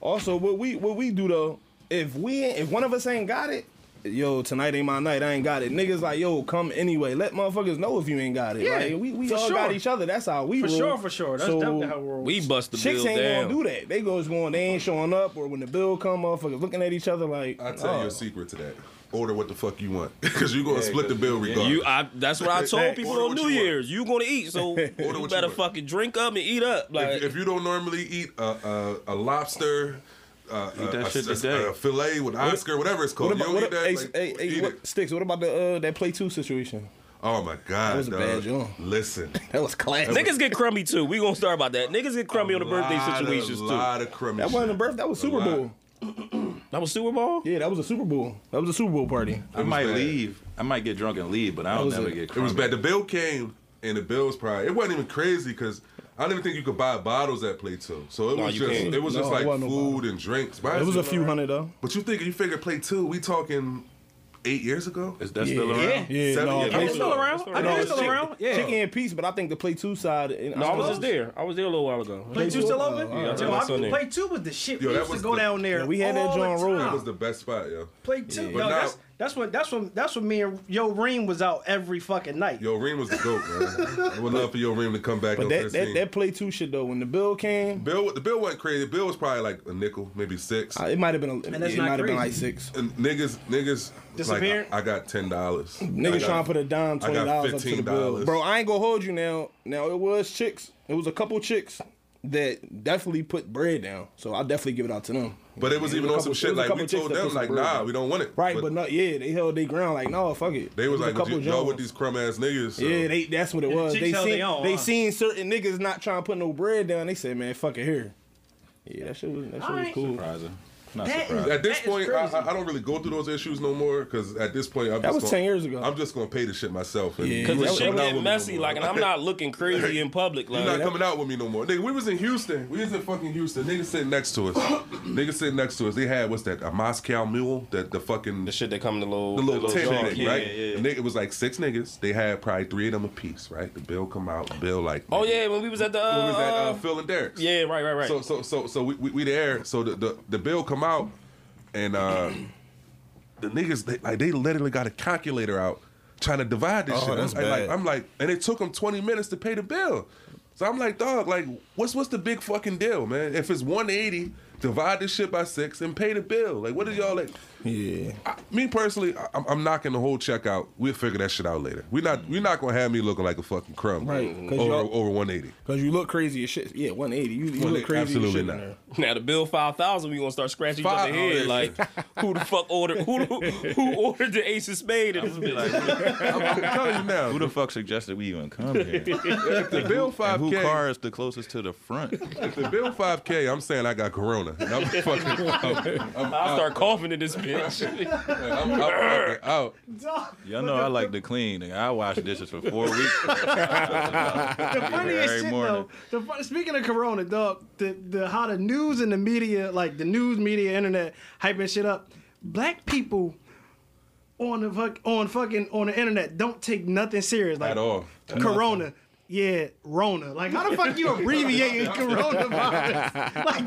Speaker 3: also, what we what we do though, if we ain't- if one of us ain't got it, yo, tonight ain't my night. I ain't got it. Niggas like, yo, come anyway. Let motherfuckers know if you ain't got it.
Speaker 1: Yeah,
Speaker 3: like, we we
Speaker 1: for
Speaker 3: all got
Speaker 1: sure.
Speaker 3: each other. That's how we
Speaker 1: For
Speaker 3: roll.
Speaker 1: sure, for sure. That's
Speaker 3: So,
Speaker 1: definitely how we're.
Speaker 5: we bust the
Speaker 3: Chicks
Speaker 5: bill
Speaker 3: ain't
Speaker 5: down.
Speaker 3: gonna do that. They goes going, they ain't showing up, or when the bill come, motherfuckers looking at each other like,
Speaker 2: I tell you
Speaker 3: oh.
Speaker 2: a secret to that. Order what the fuck you want, because you're gonna split the bill regardless.
Speaker 5: You, I, that's what I told
Speaker 2: Thanks.
Speaker 5: people
Speaker 2: Order
Speaker 5: on
Speaker 2: what
Speaker 5: New
Speaker 2: you want.
Speaker 5: Year's. You gonna eat, so
Speaker 2: what
Speaker 5: you
Speaker 2: you
Speaker 5: better
Speaker 2: want.
Speaker 5: fucking drink up and eat up. Like
Speaker 2: if, if you don't normally eat a, a, a lobster, uh, a,
Speaker 4: that
Speaker 2: a-
Speaker 4: shit
Speaker 2: a-
Speaker 4: today.
Speaker 2: a fillet with Oscar, whatever it's
Speaker 3: What
Speaker 2: called,
Speaker 3: about,
Speaker 2: you
Speaker 3: what,
Speaker 2: don't
Speaker 3: about, hey,
Speaker 2: eat that.
Speaker 3: hey,
Speaker 2: like,
Speaker 3: hey,
Speaker 2: eat
Speaker 3: what,
Speaker 2: it.
Speaker 3: sticks? What about the uh, that play two situation?
Speaker 2: Oh my god,
Speaker 3: was a
Speaker 2: dog.
Speaker 3: bad joint.
Speaker 2: Listen,
Speaker 3: That was classic.
Speaker 5: niggas get crummy too. We gonna start about that. Niggas get crummy on the birthday
Speaker 2: Lot of-
Speaker 5: situations too.
Speaker 2: lot of crummy.
Speaker 3: that wasn't a
Speaker 2: shit.
Speaker 3: birth. That was
Speaker 2: A
Speaker 3: Super
Speaker 2: lot.
Speaker 3: Bowl.
Speaker 5: That was Super Bowl.
Speaker 3: Yeah, that was a Super Bowl. That was a Super Bowl party.
Speaker 4: I
Speaker 2: was
Speaker 4: might
Speaker 2: bad.
Speaker 4: leave. I might get drunk and leave, but I don't
Speaker 3: was
Speaker 4: never
Speaker 3: it.
Speaker 4: get.
Speaker 2: It was
Speaker 4: crunk.
Speaker 2: bad. The bill came, and the bill's probably. It wasn't even crazy because I don't even think you could buy bottles at Play Two. So it was
Speaker 5: you
Speaker 2: just
Speaker 5: can't.
Speaker 2: it was
Speaker 3: No,
Speaker 2: just
Speaker 3: it
Speaker 2: like
Speaker 3: wasn't no
Speaker 2: food and drinks. But
Speaker 3: It was a
Speaker 2: it's-
Speaker 3: few hundred though.
Speaker 2: But you think you figure Play Two? We talking eight years ago?
Speaker 4: Is that still around?
Speaker 1: Yeah.
Speaker 3: Yeah,
Speaker 2: Seven
Speaker 3: no,
Speaker 2: years
Speaker 3: I
Speaker 1: Oh,
Speaker 3: think
Speaker 1: it's still around. I
Speaker 3: No,
Speaker 1: think
Speaker 3: it's
Speaker 1: it's still
Speaker 3: chick-
Speaker 1: around. Yeah.
Speaker 3: Chicken and peace, but I think the play two side. And
Speaker 5: No, I was just there. I was there a little while ago.
Speaker 1: Play two still open?
Speaker 3: Oh, alright.
Speaker 1: Yo,
Speaker 5: Yeah,
Speaker 1: I
Speaker 5: it's on there.
Speaker 1: play two was the shit.
Speaker 2: Yo,
Speaker 1: we
Speaker 2: that
Speaker 1: used to
Speaker 2: was
Speaker 1: go
Speaker 2: the-
Speaker 1: down there.
Speaker 3: Yeah, we had that
Speaker 1: all
Speaker 3: John
Speaker 1: the
Speaker 3: Rolling.
Speaker 1: time.
Speaker 2: That was the best spot, yo.
Speaker 1: Play two.
Speaker 2: But
Speaker 1: Yo, that's
Speaker 2: now-
Speaker 1: that's when that's when that's when me and Yo Reem was out every fucking night.
Speaker 2: Yo, Reem was the goat, man. I would love for Yo Reem to come back.
Speaker 3: But
Speaker 2: on
Speaker 3: that, that
Speaker 2: 15.
Speaker 3: that play two shit though, when the bill came,
Speaker 2: bill, the bill wasn't crazy. The bill was probably like a nickel, maybe six.
Speaker 3: uh, it might have been. A, it
Speaker 1: that's
Speaker 3: might
Speaker 1: not
Speaker 3: have been like
Speaker 1: crazy.
Speaker 3: six.
Speaker 2: and niggas, niggas,
Speaker 1: Disappeared?
Speaker 2: Like, I, I got ten dollars.
Speaker 3: Niggas trying to put a dime,
Speaker 2: I got
Speaker 3: twenty dollars up to the bill.
Speaker 2: $15.
Speaker 3: Bro, I ain't gonna hold you now. Now it was chicks. It was a couple chicks that definitely put bread down. So I definitely give it out to them.
Speaker 2: But it was
Speaker 3: Yeah,
Speaker 2: even
Speaker 3: a
Speaker 2: on
Speaker 3: couple-
Speaker 2: some
Speaker 3: it
Speaker 2: shit
Speaker 3: was a
Speaker 2: like
Speaker 3: couple
Speaker 2: we
Speaker 3: chicks
Speaker 2: told
Speaker 3: that put
Speaker 2: them
Speaker 3: some
Speaker 2: like,
Speaker 3: bread
Speaker 2: nah,
Speaker 3: down.
Speaker 2: we don't want it.
Speaker 3: Right,
Speaker 2: But
Speaker 3: but, no, yeah, they held their ground. Like, no, fuck it.
Speaker 2: they was
Speaker 3: It
Speaker 2: like,
Speaker 3: a couple
Speaker 2: you, y'all
Speaker 3: Johns.
Speaker 2: with these crumb ass niggas. so-
Speaker 3: Yeah, they that's what it was.
Speaker 1: chicks
Speaker 3: They
Speaker 1: held
Speaker 3: seen
Speaker 1: they own,
Speaker 3: they
Speaker 1: huh?
Speaker 3: seen certain niggas not trying to put no bread down. They said, man, fuck it here. Yeah, that shit was that shit was
Speaker 1: Alright.
Speaker 3: cool.
Speaker 4: Surprising. Not
Speaker 1: That-
Speaker 4: surprised.
Speaker 2: At this
Speaker 1: That is
Speaker 2: point, I,
Speaker 1: crazy.
Speaker 2: I I don't really go through those issues no more because at this point, I'm
Speaker 3: That
Speaker 2: just
Speaker 3: was
Speaker 2: gonna-
Speaker 3: 10 years ago.
Speaker 2: I'm just gonna pay the shit myself.
Speaker 3: Yeah.
Speaker 5: Cause
Speaker 2: Because
Speaker 3: That
Speaker 5: the
Speaker 3: was-
Speaker 5: shit
Speaker 3: that
Speaker 5: get messy, like, and I'm not looking crazy in public,
Speaker 2: You're
Speaker 5: like.
Speaker 2: not coming out with me no more. Nigga, we was in Houston. We was in fucking Houston. Niggas sitting next to us. Niggas sitting next to us. They had what's that? A Moscow mule? That the fucking
Speaker 5: the shit that come in the little,
Speaker 2: the little tent in
Speaker 5: jar,
Speaker 2: it,
Speaker 5: yeah.
Speaker 2: right? Nigga, it was like six niggas. They had probably three of them a piece, right? The bill come out. Bill like,
Speaker 5: Oh
Speaker 2: nigga,
Speaker 5: yeah, when we was at the,
Speaker 2: When
Speaker 5: uh,
Speaker 2: we was at
Speaker 3: um,
Speaker 2: uh,
Speaker 5: uh,
Speaker 2: Phil and Derek's.
Speaker 5: yeah, right, right, right.
Speaker 2: So so so so we, we, we there. So the, the the bill come out, and uh the niggas they, like they literally got a calculator out trying to divide this
Speaker 3: Oh,
Speaker 2: shit.
Speaker 3: that's
Speaker 2: I'm, Like,
Speaker 3: bad.
Speaker 2: I'm like, and it took them 20 minutes to pay the bill. So I'm like, dog, like what's what's the big fucking deal, man? If it's 180, divide this shit by six and pay the bill. Like, what is y'all like?
Speaker 3: Yeah.
Speaker 2: I, me personally, I, I'm, I'm knocking the whole check out. We'll figure that shit out later. We're not we're not gonna have me looking like a fucking crumb
Speaker 3: Right, 'cause
Speaker 2: over
Speaker 3: y'all-
Speaker 2: over 180.
Speaker 3: Cause you look crazy as shit. Yeah, 180. You, you
Speaker 2: 180,
Speaker 3: look crazy as
Speaker 2: absolutely
Speaker 3: shit. in
Speaker 2: not.
Speaker 3: there.
Speaker 5: now the bill five thousand, we gonna start scratching each
Speaker 2: Five-
Speaker 5: other's head,
Speaker 2: oh, yeah.
Speaker 5: like who the fuck ordered who who ordered the ace of spade? And
Speaker 4: Be like, who
Speaker 2: I'm telling you now.
Speaker 4: who the fuck suggested we even come here?
Speaker 2: If the bill
Speaker 4: And
Speaker 2: five
Speaker 4: who
Speaker 2: k,
Speaker 4: car is the closest to the front?
Speaker 2: if the bill five k, I'm saying I got corona. And I'm fucking, I'm, I'm,
Speaker 5: I
Speaker 2: out.
Speaker 5: start coughing in this bitch.
Speaker 2: uh, I'm, I'm fucking out.
Speaker 4: Y'all know I like to clean. nigga. I wash dishes for four weeks.
Speaker 1: The funniest
Speaker 4: every
Speaker 1: shit
Speaker 4: morning.
Speaker 1: though. The fun, speaking of Corona, dog, the, the how the news and the media, like the news media, internet hyping shit up. Black people on the fuck on fucking on the internet don't take nothing serious like
Speaker 2: At all.
Speaker 1: Corona. Yeah, Rona. Like, how the fuck you abbreviating coronavirus? Like,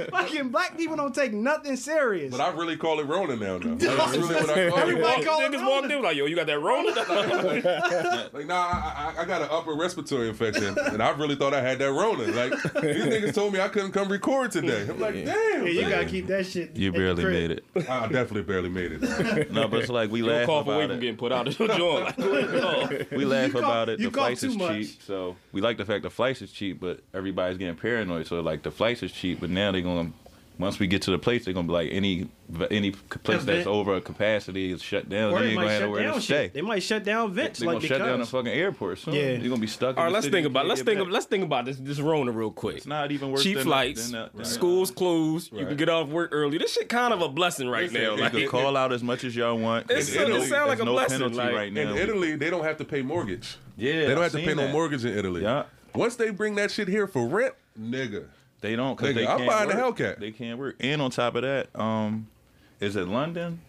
Speaker 1: dog, fucking black people don't take nothing serious.
Speaker 2: But I really call it Rona now. Though that's really what I call it.
Speaker 1: Everybody- call it
Speaker 5: Niggas walked in like, yo, you got that Rona?
Speaker 2: Like nah, I, I, I got an upper respiratory infection, and I really thought I had that Rona. Like these niggas told me I couldn't come record today. I'm like, damn.
Speaker 1: yeah, you gotta keep that shit.
Speaker 4: You
Speaker 1: at the
Speaker 4: barely
Speaker 1: crib.
Speaker 4: made it.
Speaker 2: I definitely barely made it.
Speaker 4: No, but it's like we
Speaker 5: You
Speaker 4: laugh
Speaker 5: cough away
Speaker 4: about
Speaker 5: from
Speaker 4: it.
Speaker 5: getting put out of the joint. Like, oh.
Speaker 4: We laugh
Speaker 1: cough-
Speaker 4: about it.
Speaker 1: you
Speaker 4: The
Speaker 1: cough
Speaker 4: flights
Speaker 1: too
Speaker 4: is
Speaker 1: much.
Speaker 4: cheap, so we like the fact the flights is cheap, but everybody's getting paranoid. So like the flights is cheap, but now they're gonna once we get to the place, they're gonna be like any any place
Speaker 1: Event.
Speaker 4: that's over capacity is shut down.
Speaker 1: Or
Speaker 4: Then
Speaker 1: they
Speaker 4: you
Speaker 1: might
Speaker 4: gonna have to
Speaker 1: shut
Speaker 4: where
Speaker 1: down
Speaker 4: to
Speaker 1: shit.
Speaker 4: stay.
Speaker 1: They might shut down vents.
Speaker 4: They're
Speaker 1: like
Speaker 4: gonna shut down the
Speaker 1: because.
Speaker 4: fucking airport soon.
Speaker 1: Yeah.
Speaker 4: You're gonna be stuck.
Speaker 5: All right,
Speaker 4: in the
Speaker 5: let's
Speaker 4: city,
Speaker 5: think
Speaker 4: you
Speaker 5: about
Speaker 4: can't
Speaker 5: let's
Speaker 4: get
Speaker 5: think
Speaker 4: back.
Speaker 5: of, let's think about this this Rona real quick.
Speaker 4: It's not even worth
Speaker 5: Cheap
Speaker 4: than-
Speaker 5: flights,
Speaker 4: than that- than that.
Speaker 5: schools closed. You can
Speaker 2: Right.
Speaker 5: get off work early. This shit kind of a blessing right
Speaker 2: Listen,
Speaker 5: now.
Speaker 2: it
Speaker 4: You
Speaker 5: Like,
Speaker 4: can call out as much as y'all want.
Speaker 5: It's-
Speaker 2: it
Speaker 4: There's no-
Speaker 2: sound
Speaker 5: like
Speaker 4: there's
Speaker 5: a
Speaker 4: no
Speaker 5: blessing,
Speaker 4: penalty
Speaker 5: like-
Speaker 4: right
Speaker 2: In
Speaker 4: now.
Speaker 2: Italy, they don't have to pay mortgage.
Speaker 4: Yeah,
Speaker 2: they don't
Speaker 4: I've
Speaker 2: have to pay
Speaker 4: seen
Speaker 2: no
Speaker 4: that.
Speaker 2: mortgage in Italy.
Speaker 4: Yeah.
Speaker 2: Once they bring that shit here for rent, nigga.
Speaker 4: They don't because
Speaker 2: Nigga,
Speaker 4: they
Speaker 2: I'm
Speaker 4: can't
Speaker 2: buying a
Speaker 4: work.
Speaker 2: Hellcat.
Speaker 4: They can't work. And on top of that, um, is it London?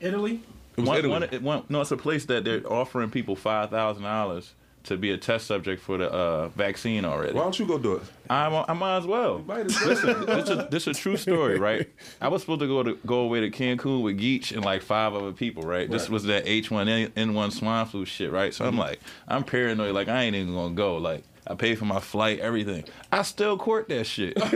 Speaker 1: Italy.
Speaker 2: It was
Speaker 4: One-
Speaker 2: Italy.
Speaker 4: one- it- one- no, it's a place that they're offering people five thousand dollars to be a test subject for the uh, vaccine already.
Speaker 2: Why don't you go do it?
Speaker 4: I'm, I might as well.
Speaker 2: Might as well.
Speaker 4: Listen, this is this a true story, right? I was supposed to go to go away to Cancun with Geach and like five other people, right? This
Speaker 2: Right. Mm-hmm.
Speaker 4: was that H1N1 swine flu shit, right? So I'm like, I'm paranoid, like I ain't even gonna go, like. I paid for my flight, everything. I still court that shit.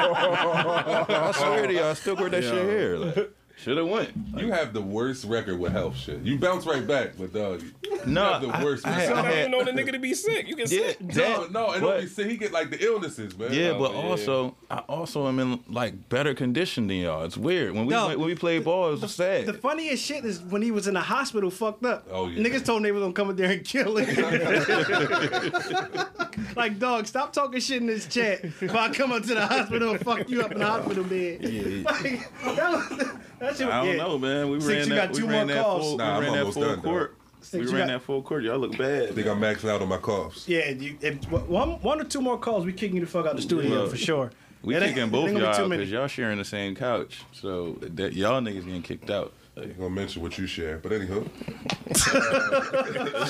Speaker 4: I swear to you, I still court that shit here. Like, should have went.
Speaker 2: You have the worst record with health shit. You bounce right back, but dog, you
Speaker 4: No,
Speaker 2: have the
Speaker 4: I-
Speaker 2: worst.
Speaker 4: I
Speaker 2: record.
Speaker 4: had-
Speaker 5: I don't even know the nigga to be sick. You can
Speaker 4: Yeah,
Speaker 5: sick.
Speaker 2: no,
Speaker 4: that-
Speaker 2: no, and
Speaker 4: but-
Speaker 2: don't be sick. He get like the illnesses, man.
Speaker 4: Yeah,
Speaker 2: Oh,
Speaker 4: but also I also am in like better condition than y'all. It's weird when we
Speaker 1: No,
Speaker 4: went- when we played ball, it was sad.
Speaker 1: The funniest shit is when he was in the hospital, fucked up.
Speaker 2: Oh, yeah.
Speaker 1: Niggas told him they was gonna come in there and kill him. like, dog, stop talking shit in this chat. If I come up to the hospital and fuck you up in the hospital bed. Like, that was that shit.
Speaker 4: I don't
Speaker 1: yeah.
Speaker 4: know, man. We
Speaker 1: Since
Speaker 4: ran
Speaker 1: you
Speaker 4: that,
Speaker 1: got
Speaker 4: we
Speaker 1: two
Speaker 4: ran
Speaker 1: more
Speaker 4: that
Speaker 1: calls.
Speaker 4: full,
Speaker 2: Nah,
Speaker 4: we
Speaker 2: I'm
Speaker 4: ran that
Speaker 2: almost
Speaker 4: full
Speaker 2: done, though.
Speaker 4: court.
Speaker 1: Since
Speaker 4: we
Speaker 1: you
Speaker 4: ran
Speaker 1: got-
Speaker 4: that full court. Y'all look
Speaker 2: I
Speaker 4: bad.
Speaker 2: think I'm maxing out on my coughs.
Speaker 1: Yeah, you, if, one one or two more calls, we kicking you the fuck out the studio
Speaker 4: Look,
Speaker 1: for sure.
Speaker 4: We
Speaker 1: It ain't-
Speaker 4: kicking
Speaker 1: it
Speaker 4: both
Speaker 1: ain't gonna be
Speaker 4: y'all
Speaker 1: too many.
Speaker 4: because y'all sharing the same couch, so that y'all niggas getting kicked out. Like,
Speaker 2: I'm gonna mention what you share, but anywho,
Speaker 5: This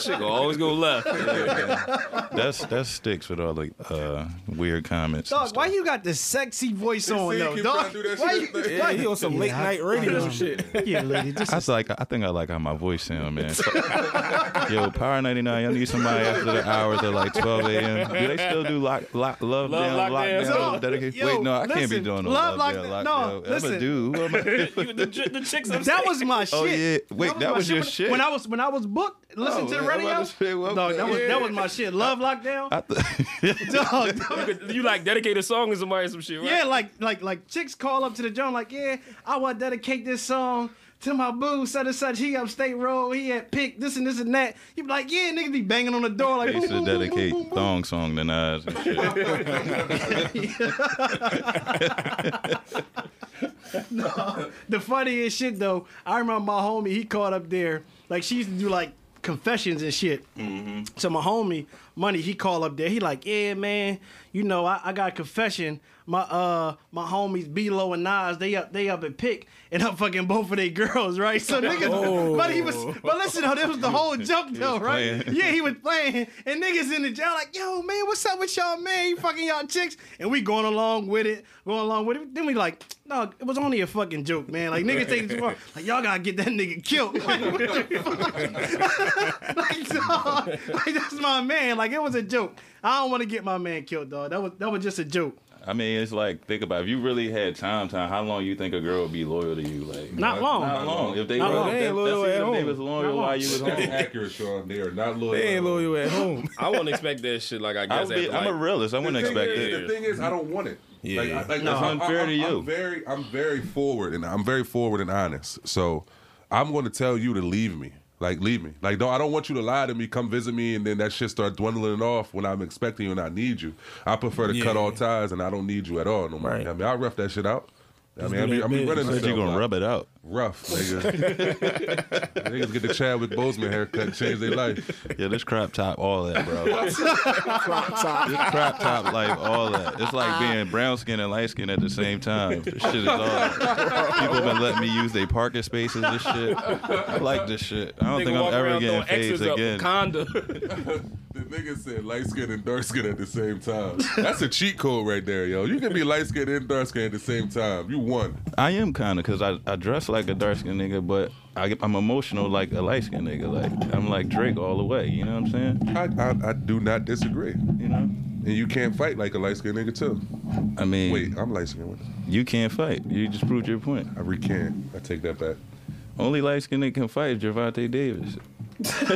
Speaker 5: shit gonna always go left.
Speaker 4: that's that sticks with all the uh, weird comments. and
Speaker 1: Dog, why
Speaker 4: stuff.
Speaker 1: you got the sexy voice on
Speaker 2: see,
Speaker 1: though,
Speaker 2: keep
Speaker 1: dog?
Speaker 2: trying to do that
Speaker 1: Why
Speaker 2: shit.
Speaker 1: you?
Speaker 3: Yeah, he on some late night radio shit.
Speaker 1: Yeah, lady, just
Speaker 4: I was like, I think I like how my voice sound, man. Yo, Power 99, y'all need somebody after the hours of like 12 a.m. Do they still do lock, lock, love,
Speaker 5: Love
Speaker 4: down,
Speaker 5: lockdown.
Speaker 4: lockdown,
Speaker 1: No.
Speaker 4: dedication?
Speaker 1: Yo,
Speaker 4: Wait, no, I can't be
Speaker 1: listen,
Speaker 4: doing no
Speaker 1: love
Speaker 4: love, down,
Speaker 1: lockdown- no,
Speaker 4: lockdown.
Speaker 1: listen.
Speaker 4: I'm a dude. Who am I?
Speaker 5: You- the, ch- the chicks upset.
Speaker 1: That was my shit.
Speaker 4: Oh, yeah. Wait, that
Speaker 1: my
Speaker 4: was your
Speaker 1: when-
Speaker 4: shit?
Speaker 1: When I was when I was booked, listen
Speaker 4: Oh,
Speaker 1: to the
Speaker 4: man, I'm about
Speaker 1: radio.
Speaker 4: to say, well,
Speaker 1: dog, that was
Speaker 4: yeah.
Speaker 1: that was my shit. Love lockdown.
Speaker 4: I th-
Speaker 1: dog, that was-
Speaker 5: You could- you like dedicate a song to somebody or some shit, right?
Speaker 1: yeah, like like like chicks call up to the joint like, yeah, I want to dedicate this song to my boo, such and such. He upstate road. He had pick this and this and that. You be like, yeah, niggas be banging on the door like.
Speaker 4: They
Speaker 1: boom,
Speaker 4: used to
Speaker 1: boom, boom,
Speaker 4: dedicate
Speaker 1: boom, boom, boom.
Speaker 4: thong song to Nas. And shit.
Speaker 1: The funniest shit though, I remember my homie. He caught up there. Like she used to do like confessions and shit.
Speaker 4: Mm-hmm.
Speaker 1: So my homie, money, he called up there. He like, yeah, man, you know, I, I got a confession. My uh, my homies B Lo and Nas, they up, they up at Pick, and I'm fucking both of they girls, right? So niggas, but he was, but listen though, that was the whole jump though,
Speaker 4: was
Speaker 1: right?
Speaker 4: playing.
Speaker 1: Yeah, he was playing, and niggas in the jail like, yo, man, what's up with y'all, man? You fucking y'all chicks, and we going along with it, going along with it. Then we like, no, it was only a fucking joke, man. Like niggas take it too far. Like y'all gotta get that nigga killed. Like, what the like, dog, like that's my man. Like it was a joke. I don't want to get my man killed, dog. That was that was just a joke.
Speaker 4: I mean, it's like think about it. if you really had time, time. How long you think a girl would be loyal to you? Like
Speaker 1: Not long.
Speaker 4: Not long. If they,
Speaker 1: Not long.
Speaker 4: If
Speaker 1: They
Speaker 3: ain't
Speaker 4: that's
Speaker 3: loyal
Speaker 4: even
Speaker 3: at
Speaker 4: if they
Speaker 3: home.
Speaker 4: was
Speaker 1: Not
Speaker 4: loyal
Speaker 1: long.
Speaker 4: while you was home.
Speaker 2: accurate, Sean. They are not loyal.
Speaker 3: They ain't loyal at home.
Speaker 5: I wouldn't expect that shit. Like I
Speaker 4: I'll
Speaker 5: guess
Speaker 4: be,
Speaker 5: after,
Speaker 4: I'm a
Speaker 5: like,
Speaker 4: realist. I wouldn't
Speaker 2: The thing
Speaker 4: expect
Speaker 2: is-
Speaker 4: it.
Speaker 2: The thing is, I don't want it.
Speaker 3: Yeah.
Speaker 2: Like, I, like,
Speaker 4: No.
Speaker 2: I- I-
Speaker 4: It's unfair to
Speaker 2: I-
Speaker 4: you.
Speaker 2: I'm very, I'm very forward, and I'm very forward and honest. So, I'm going to tell you to leave me. Like, leave me. Like, no, I don't want you to lie to me. Come visit me, and then that shit start dwindling off when I'm expecting you and I need you. I prefer to cut
Speaker 3: Yeah.
Speaker 2: all ties, and I don't need you at all. No more.
Speaker 3: Right.
Speaker 2: I mean, I rough that shit out. I mean,
Speaker 3: do
Speaker 2: I mean,
Speaker 3: that
Speaker 2: I mean,
Speaker 3: bit.
Speaker 2: running
Speaker 4: Said you
Speaker 2: myself
Speaker 4: gonna
Speaker 2: out.
Speaker 4: rub it out.
Speaker 2: rough, nigga. Niggas get the Chadwick Boseman haircut, change their life.
Speaker 4: Yeah, this crop top, all that, bro. this crop top life, all that. It's like being brown skin and light skin at the same time. This shit is all. People been letting me use their parking spaces and shit. I like this shit. I don't
Speaker 5: nigga
Speaker 4: think
Speaker 5: walk
Speaker 4: I'm ever
Speaker 5: around
Speaker 4: getting
Speaker 5: throwing
Speaker 4: fades
Speaker 5: X's up,
Speaker 4: again.
Speaker 5: Conda.
Speaker 2: The nigga said light skin and dark skin at the same time. That's a cheat code right there, yo. You can be light skin and dark skin at the same time. You won.
Speaker 4: I am kind of because I, I dress like a dark skinned nigga, but I, I'm emotional like a light skinned nigga. Like I'm like Drake all the way. You know what I'm saying?
Speaker 2: I, I, I do not disagree.
Speaker 4: You know.
Speaker 2: And you can't fight like a light skinned nigga too.
Speaker 4: I mean,
Speaker 2: Wait, I'm light skinned.
Speaker 4: you can't fight. You just proved your point.
Speaker 2: I recant. I take that back.
Speaker 4: Only light skinned nigga can fight is Javante Davis.
Speaker 3: He fucked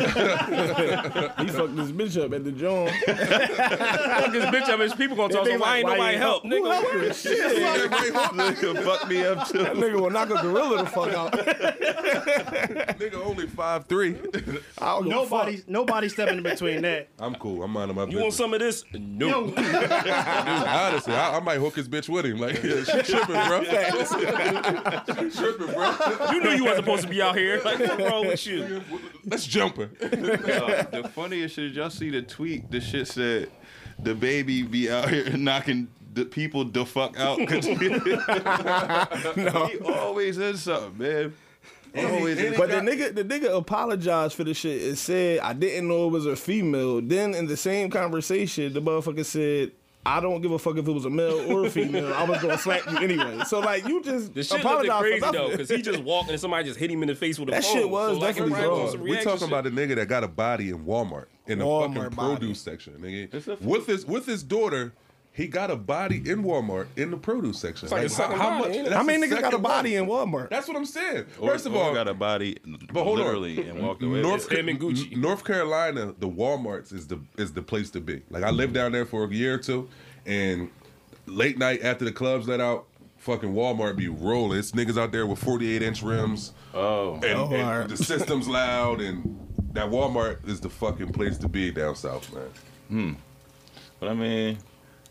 Speaker 3: this bitch up at the joint.
Speaker 5: Fuck this bitch up. His people gonna talk. So why ain't nobody help?
Speaker 3: Who
Speaker 5: Nigga,
Speaker 3: help her? Shit,
Speaker 4: nigga fuck me up too.
Speaker 3: that nigga will knock a gorilla the fuck out.
Speaker 2: nigga only five three.
Speaker 3: I don't give a fuck.
Speaker 1: Nobody's nobody stepping in between that.
Speaker 2: I'm cool. I'm minding my
Speaker 5: you want
Speaker 2: business.
Speaker 5: some of this? No.
Speaker 1: Yo,
Speaker 2: Honestly, I, I might hook his bitch with him. Like, yeah, she tripping, bro. she tripping, bro.
Speaker 5: You knew you wasn't supposed to be out here. Like what's wrong with you?
Speaker 2: Let's jump her.
Speaker 4: Yo, the funniest shit, y'all see the tweet. The shit said, "The baby be out here knocking the people the fuck out." He always is something, man. Always is.
Speaker 3: But the nigga, the nigga apologized for the shit and said, I didn't know it was a female. Then in the same conversation, the motherfucker said, I don't give a fuck if it was a male or a female. I was gonna slap you anyway. So like you just
Speaker 5: The shit looked
Speaker 3: apologize
Speaker 5: crazy
Speaker 3: for
Speaker 5: though,
Speaker 3: nothing.
Speaker 5: because he just walked and somebody just hit him in the face with a
Speaker 3: That
Speaker 5: phone.
Speaker 3: shit was
Speaker 5: so, like,
Speaker 3: definitely
Speaker 5: everybody
Speaker 3: wrong.
Speaker 5: was some
Speaker 2: We're
Speaker 5: reaction
Speaker 2: talking
Speaker 5: shit.
Speaker 2: about a nigga that got a body in Walmart in the
Speaker 3: Walmart
Speaker 2: fucking
Speaker 3: body.
Speaker 2: produce section, nigga.
Speaker 4: It's a-
Speaker 2: with his with his daughter, he got a body in Walmart in the produce section.
Speaker 5: like a second body, ain't it?
Speaker 2: that's
Speaker 3: How many
Speaker 2: the
Speaker 3: niggas got a
Speaker 2: second
Speaker 3: body
Speaker 2: one.
Speaker 3: in Walmart?
Speaker 2: That's what I'm saying. First of all,
Speaker 4: got a body,
Speaker 2: but hold
Speaker 4: literally,
Speaker 2: on.
Speaker 4: and walked away.
Speaker 2: North,
Speaker 5: It's him and Gucci.
Speaker 2: N- North Carolina, the WalMarts is the is the place to be. Like I
Speaker 4: Mm-hmm.
Speaker 2: lived down there for a year or two, and late night after the clubs let out, fucking Walmart be rolling. It's niggas out there with 48 inch rims.
Speaker 4: oh,
Speaker 2: and,
Speaker 3: Oh,
Speaker 2: and
Speaker 3: alright.
Speaker 2: the system's loud, and that Walmart is the fucking place to be down south, man.
Speaker 4: but I mean.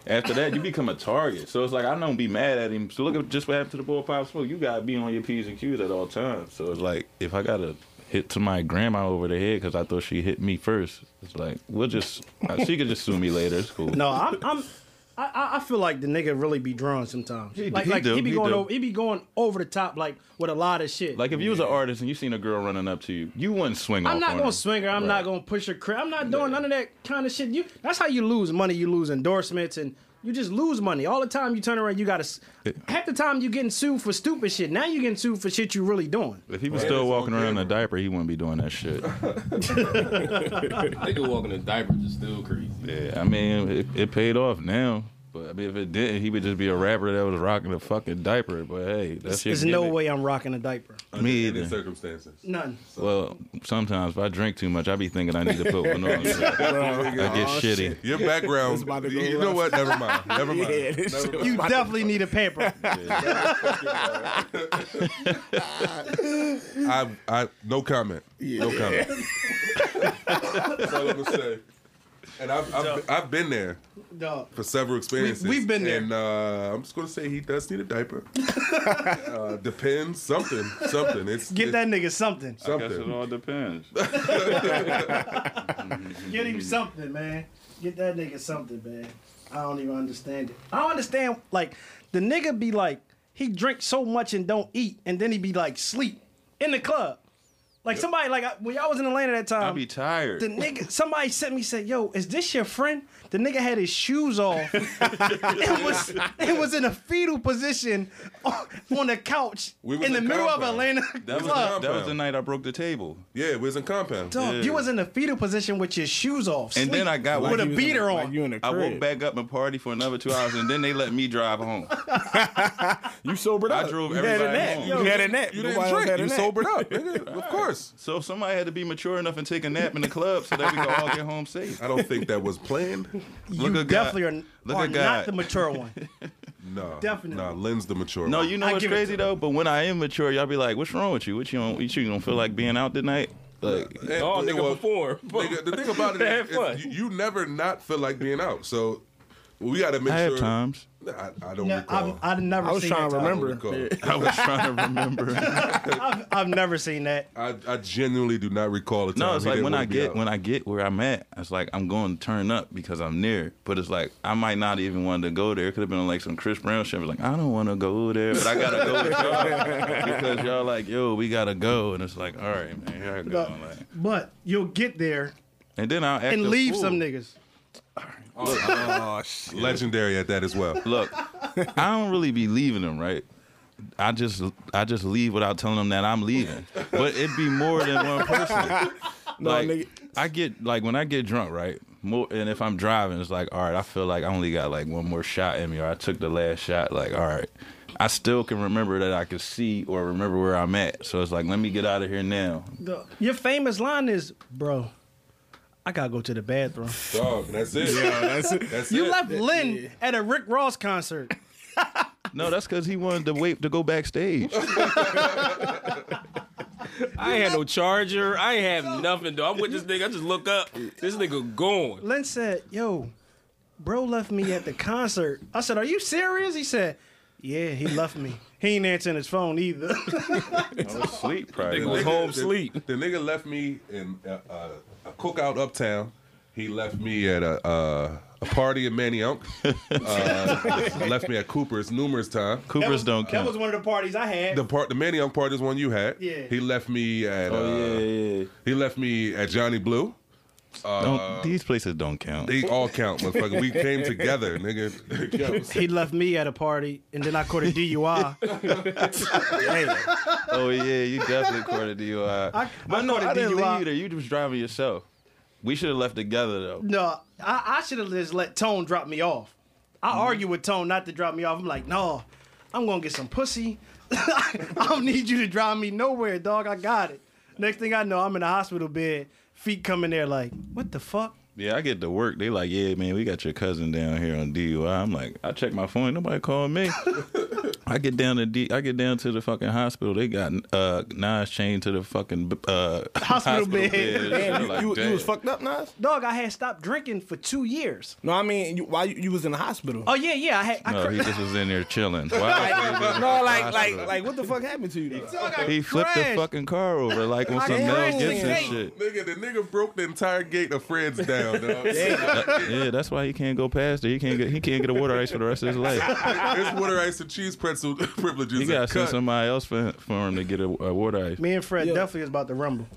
Speaker 4: After that, you become a target. So it's like I don't be mad at him. So look at just what happened to the boy Pop Smoke. You gotta be on your p's and q's at all times. So it's like if I gotta hit to my grandma over the head because I thought she hit me first, it's like we'll just uh, she could just sue me later. It's cool.
Speaker 1: no, I'm. I'm I- I, I feel like the nigga really be drawn sometimes.
Speaker 4: He-
Speaker 1: like
Speaker 4: he
Speaker 1: like
Speaker 4: do,
Speaker 1: he be
Speaker 4: he
Speaker 1: going
Speaker 4: do.
Speaker 1: over he be going over the top like with a lot of shit.
Speaker 4: Like if you was an artist and you seen a girl running up to you, you wouldn't swing off.
Speaker 1: I'm not
Speaker 4: on
Speaker 1: gonna
Speaker 4: her.
Speaker 1: swing her. I'm not gonna push her. Crap. I'm not doing none of that kind of shit. You. That's how you lose money. You lose endorsements, and you just lose money all the time. You turn around. You gotta. s- Half the time you getting sued for stupid shit. Now you getting sued for shit you really doing.
Speaker 4: If he was
Speaker 2: Right.
Speaker 4: still
Speaker 2: It's
Speaker 4: walking
Speaker 2: on
Speaker 4: around in a
Speaker 2: camera.
Speaker 4: diaper, he wouldn't be doing that shit.
Speaker 6: Nigga walking in diapers is still crazy.
Speaker 4: yeah, I mean, it, it paid off now. But I mean, if it didn't, he would just be a rapper that was rocking a fucking diaper. But hey, that's your
Speaker 1: There's no
Speaker 4: gimmick.
Speaker 1: way I'm rocking a diaper.
Speaker 2: Under
Speaker 4: Me
Speaker 2: any
Speaker 4: either.
Speaker 2: circumstances.
Speaker 1: None.
Speaker 4: Well, sometimes if I drink too much, I be thinking I need to put one on. I get
Speaker 3: Aw,
Speaker 4: shitty.
Speaker 3: shit.
Speaker 2: Your
Speaker 3: This
Speaker 2: background,
Speaker 3: about to go
Speaker 2: you know what?
Speaker 3: left.
Speaker 2: Never mind. Never mind.
Speaker 3: Yeah, this
Speaker 2: Never
Speaker 3: shit
Speaker 2: mind.
Speaker 1: You definitely need a pamper.
Speaker 2: I, I, no comment. No comment. That's all I'm gonna say. And I've, I've, I've been there
Speaker 1: Dog.
Speaker 2: for several experiences.
Speaker 1: we've been there.
Speaker 2: And uh, I'm just gonna say he does need a diaper. uh, depends, something, something. It's
Speaker 1: Give
Speaker 2: it's
Speaker 1: that nigga something.
Speaker 4: Guess it
Speaker 2: something.
Speaker 4: all depends.
Speaker 1: Get
Speaker 4: Mm-hmm.
Speaker 1: him something, man. Get that nigga something, man. I don't even understand it. I don't understand like the nigga be like he drinks so much and don't eat, and then he be like sleep in the club. Like somebody like I- when y'all was in Atlanta that
Speaker 4: I
Speaker 1: time.
Speaker 4: be tired.
Speaker 1: the nigga, somebody sent me said, "Yo, is this your friend?" The nigga had his shoes off. it was it was in a fetal position on, on the couch
Speaker 2: We was
Speaker 1: in the
Speaker 2: in
Speaker 1: middle of
Speaker 2: compound.
Speaker 1: Atlanta
Speaker 4: That was,
Speaker 1: club.
Speaker 4: that was the night I broke the table.
Speaker 2: Yeah, we was in compound.
Speaker 1: Dog, You was in a fetal position with your shoes off,
Speaker 4: And then
Speaker 1: sleep,
Speaker 4: I got
Speaker 1: with
Speaker 4: like
Speaker 1: a
Speaker 4: you
Speaker 3: was in
Speaker 1: beater
Speaker 3: the-
Speaker 1: on.
Speaker 3: Like you in the
Speaker 4: I
Speaker 3: crib.
Speaker 4: woke back up and party for another two hours, and then they let me drive home.
Speaker 3: You sobered
Speaker 4: I
Speaker 3: up.
Speaker 4: drove
Speaker 3: you had a
Speaker 4: everybody
Speaker 3: nap.
Speaker 4: home.
Speaker 3: You had a nap.
Speaker 2: You
Speaker 3: Nobody
Speaker 2: didn't
Speaker 3: else
Speaker 2: drink.
Speaker 3: had a
Speaker 2: You
Speaker 3: nap.
Speaker 2: sobered up. nigga. Of course.
Speaker 4: So somebody had to be mature enough and take a nap in the club so that we could all get home safe.
Speaker 2: I don't think that was planned.
Speaker 4: Look
Speaker 1: you
Speaker 4: at God.
Speaker 1: definitely are,
Speaker 4: Look
Speaker 1: are
Speaker 4: at
Speaker 1: not
Speaker 4: God.
Speaker 1: the mature one.
Speaker 2: No,
Speaker 1: Definitely.
Speaker 2: No, Lynn's the mature.
Speaker 4: No,
Speaker 2: one.
Speaker 4: you know
Speaker 1: I
Speaker 4: what's
Speaker 1: give it
Speaker 4: crazy though. But when I am mature, y'all be like, "What's wrong with you? What you don't? What you don't feel like being out tonight?" Like,
Speaker 2: And-
Speaker 5: Oh, nigga,
Speaker 2: well,
Speaker 5: perform.
Speaker 2: Nigga, the thing about it
Speaker 5: Have
Speaker 2: is, is
Speaker 5: fun.
Speaker 2: you, you never not feel like being out. So we got to make
Speaker 4: I have
Speaker 2: sure.
Speaker 4: times.
Speaker 2: I, I don't
Speaker 1: No,
Speaker 2: recall.
Speaker 1: I've, I've never
Speaker 3: I was
Speaker 1: seen
Speaker 3: trying
Speaker 1: that.
Speaker 3: to
Speaker 1: Tyler.
Speaker 2: I don't
Speaker 3: remember.
Speaker 2: recall.
Speaker 4: I was trying to remember.
Speaker 1: I've, I've never seen that.
Speaker 2: I, I genuinely do not recall the time.
Speaker 4: No, it's
Speaker 2: he
Speaker 4: like
Speaker 2: didn't
Speaker 4: when
Speaker 2: wanna
Speaker 4: I
Speaker 2: be
Speaker 4: get
Speaker 2: out.
Speaker 4: when I get where I'm at, it's like I'm going to turn up because I'm near. But it's like I might not even want to go there. It could have been like some Chris Brown shit. I was like, I don't want to go there, but I gotta go with y'all because y'all like, yo, we gotta go, and it's like, all right, man, here I go.
Speaker 1: No.
Speaker 4: Like,
Speaker 1: But you'll get there
Speaker 4: and then I'll act
Speaker 1: and
Speaker 4: a
Speaker 1: leave
Speaker 4: fool.
Speaker 1: some niggas.
Speaker 3: Oh shit.
Speaker 2: legendary at that as well.
Speaker 4: Look, I don't really be leaving them, right? I just I just leave without telling them that I'm leaving. But it'd be more than one person.
Speaker 3: No,
Speaker 4: like
Speaker 3: nigga.
Speaker 4: I get like when I get drunk, right? More, and if I'm driving, it's like, all right, I feel like I only got like one more shot in me, or I took the last shot. Like, all right, I still can remember that I could see or remember where I'm at. So it's like, let me get out of here now.
Speaker 1: The- Your famous line is, "Bro, I gotta go to the bathroom."
Speaker 2: Dog, that's it.
Speaker 3: That's it.
Speaker 2: That's
Speaker 1: You
Speaker 2: it.
Speaker 1: left Lynn at a Rick Ross concert.
Speaker 4: No, that's because he wanted to wait to go backstage.
Speaker 5: I ain't had no charger. I ain't have nothing. Though I'm with this nigga. I just look up. This nigga gone.
Speaker 1: Lynn said, "Yo, bro left me at the concert." I said, "Are you serious?" He said, "Yeah, he left me. He ain't answering his phone either."
Speaker 4: I was asleep,
Speaker 2: The
Speaker 4: probably.
Speaker 5: was home
Speaker 2: the-
Speaker 5: sleep.
Speaker 2: The nigga left me in a, a, a cookout uptown. He left me at a a, a party in Manioc. Uh, left me at Cooper's numerous times.
Speaker 4: Coopers don't
Speaker 1: that
Speaker 4: count.
Speaker 1: was one of the parties I had.
Speaker 2: The part, the Manioc part is one you had.
Speaker 1: Yeah.
Speaker 2: He left me at.
Speaker 4: oh
Speaker 2: uh,
Speaker 4: yeah, yeah, yeah.
Speaker 2: He left me at Johnny Blue.
Speaker 4: Don't, these places don't count.
Speaker 2: They all count, motherfucker. We came together, nigga. Yo,
Speaker 1: he left me at a party, and then I caught a DUI.
Speaker 4: oh yeah, you definitely caught a DUI.
Speaker 1: I- I
Speaker 4: uh, but no,
Speaker 1: caught a
Speaker 4: I didn't
Speaker 1: DUI.
Speaker 4: leave either. You just driving yourself. We should have left together though.
Speaker 1: No, I, I should have just let Tone drop me off. I argue with Tone not to drop me off. I'm like, no, I'm gonna get some pussy. I don't need you to drive me nowhere, dog. I got it. Next thing I know, I'm in a hospital bed, feet coming there like, what the fuck?
Speaker 4: Yeah, I get to work. They like, yeah, man, we got your cousin down here on DUI. I'm like, I check my phone. Nobody called me. I get down to D. I get down to the fucking hospital. They got uh Nas chained to the fucking uh,
Speaker 1: Hospital bed.
Speaker 4: Damn,
Speaker 3: Damn, you, you, you was fucked up, Nas.
Speaker 1: Dog, I had stopped drinking for two years.
Speaker 3: No, I mean, you, why you, you was in the hospital?
Speaker 1: Oh yeah, yeah. I had. I
Speaker 4: No,
Speaker 1: cra-
Speaker 4: he just was in there chilling. Wow.
Speaker 3: no, like, like, like, what the fuck happened to you? Though?
Speaker 1: Dog, I
Speaker 4: he flipped the
Speaker 1: crashed.
Speaker 4: fucking car over like on
Speaker 1: I
Speaker 4: some Mel
Speaker 1: crashed the
Speaker 4: Gibson
Speaker 1: gate.
Speaker 4: shit.
Speaker 2: nigga, the nigga broke the entire gate of Fred's down, dog.
Speaker 4: Yeah, that's why he can't go past it. He can't get he can't get a water ice for the rest of his life.
Speaker 2: It's water ice and cheese pretzel privileges.
Speaker 4: He
Speaker 2: and
Speaker 4: gotta send
Speaker 2: cut.
Speaker 4: somebody else for, for him to get a, a water ice.
Speaker 1: Me and Fred
Speaker 3: Yeah.
Speaker 1: definitely was about to rumble.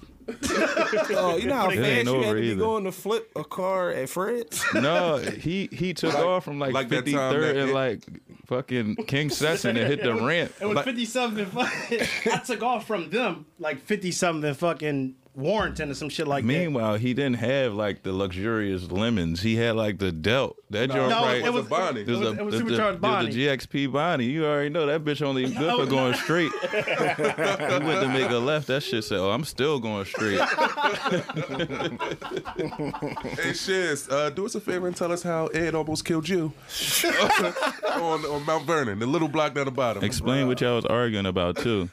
Speaker 3: Oh, you know how
Speaker 1: It
Speaker 3: fast
Speaker 4: ain't
Speaker 3: you had
Speaker 4: over
Speaker 3: to be
Speaker 4: either.
Speaker 3: going to flip a car at Fred's?
Speaker 4: No, he he took off from like,
Speaker 2: like that time
Speaker 4: 53rd
Speaker 2: that-
Speaker 4: and like fucking King Sesson and hit the ramp.
Speaker 1: It was
Speaker 4: Like,
Speaker 1: fifty something. Fucking, I took off from them like fifty something. Fucking Warrington or some shit like that.
Speaker 4: Meanwhile, he didn't have like the luxurious lemons. He had like the Delt. That joint
Speaker 1: No,
Speaker 4: right.
Speaker 1: it was
Speaker 2: a Bonnie.
Speaker 1: It was, it was
Speaker 4: the- the-
Speaker 1: supercharged
Speaker 4: the-
Speaker 1: Bonnie.
Speaker 4: The GXP Bonnie. You already know that bitch only good for going straight. you went to make a left. That shit said, "Oh, I'm still going straight."
Speaker 2: Hey, Shiz, uh, do us a favor and tell us how Ed almost killed you on, on Mount Vernon, the little block down the bottom.
Speaker 4: Explain what y'all was arguing about too.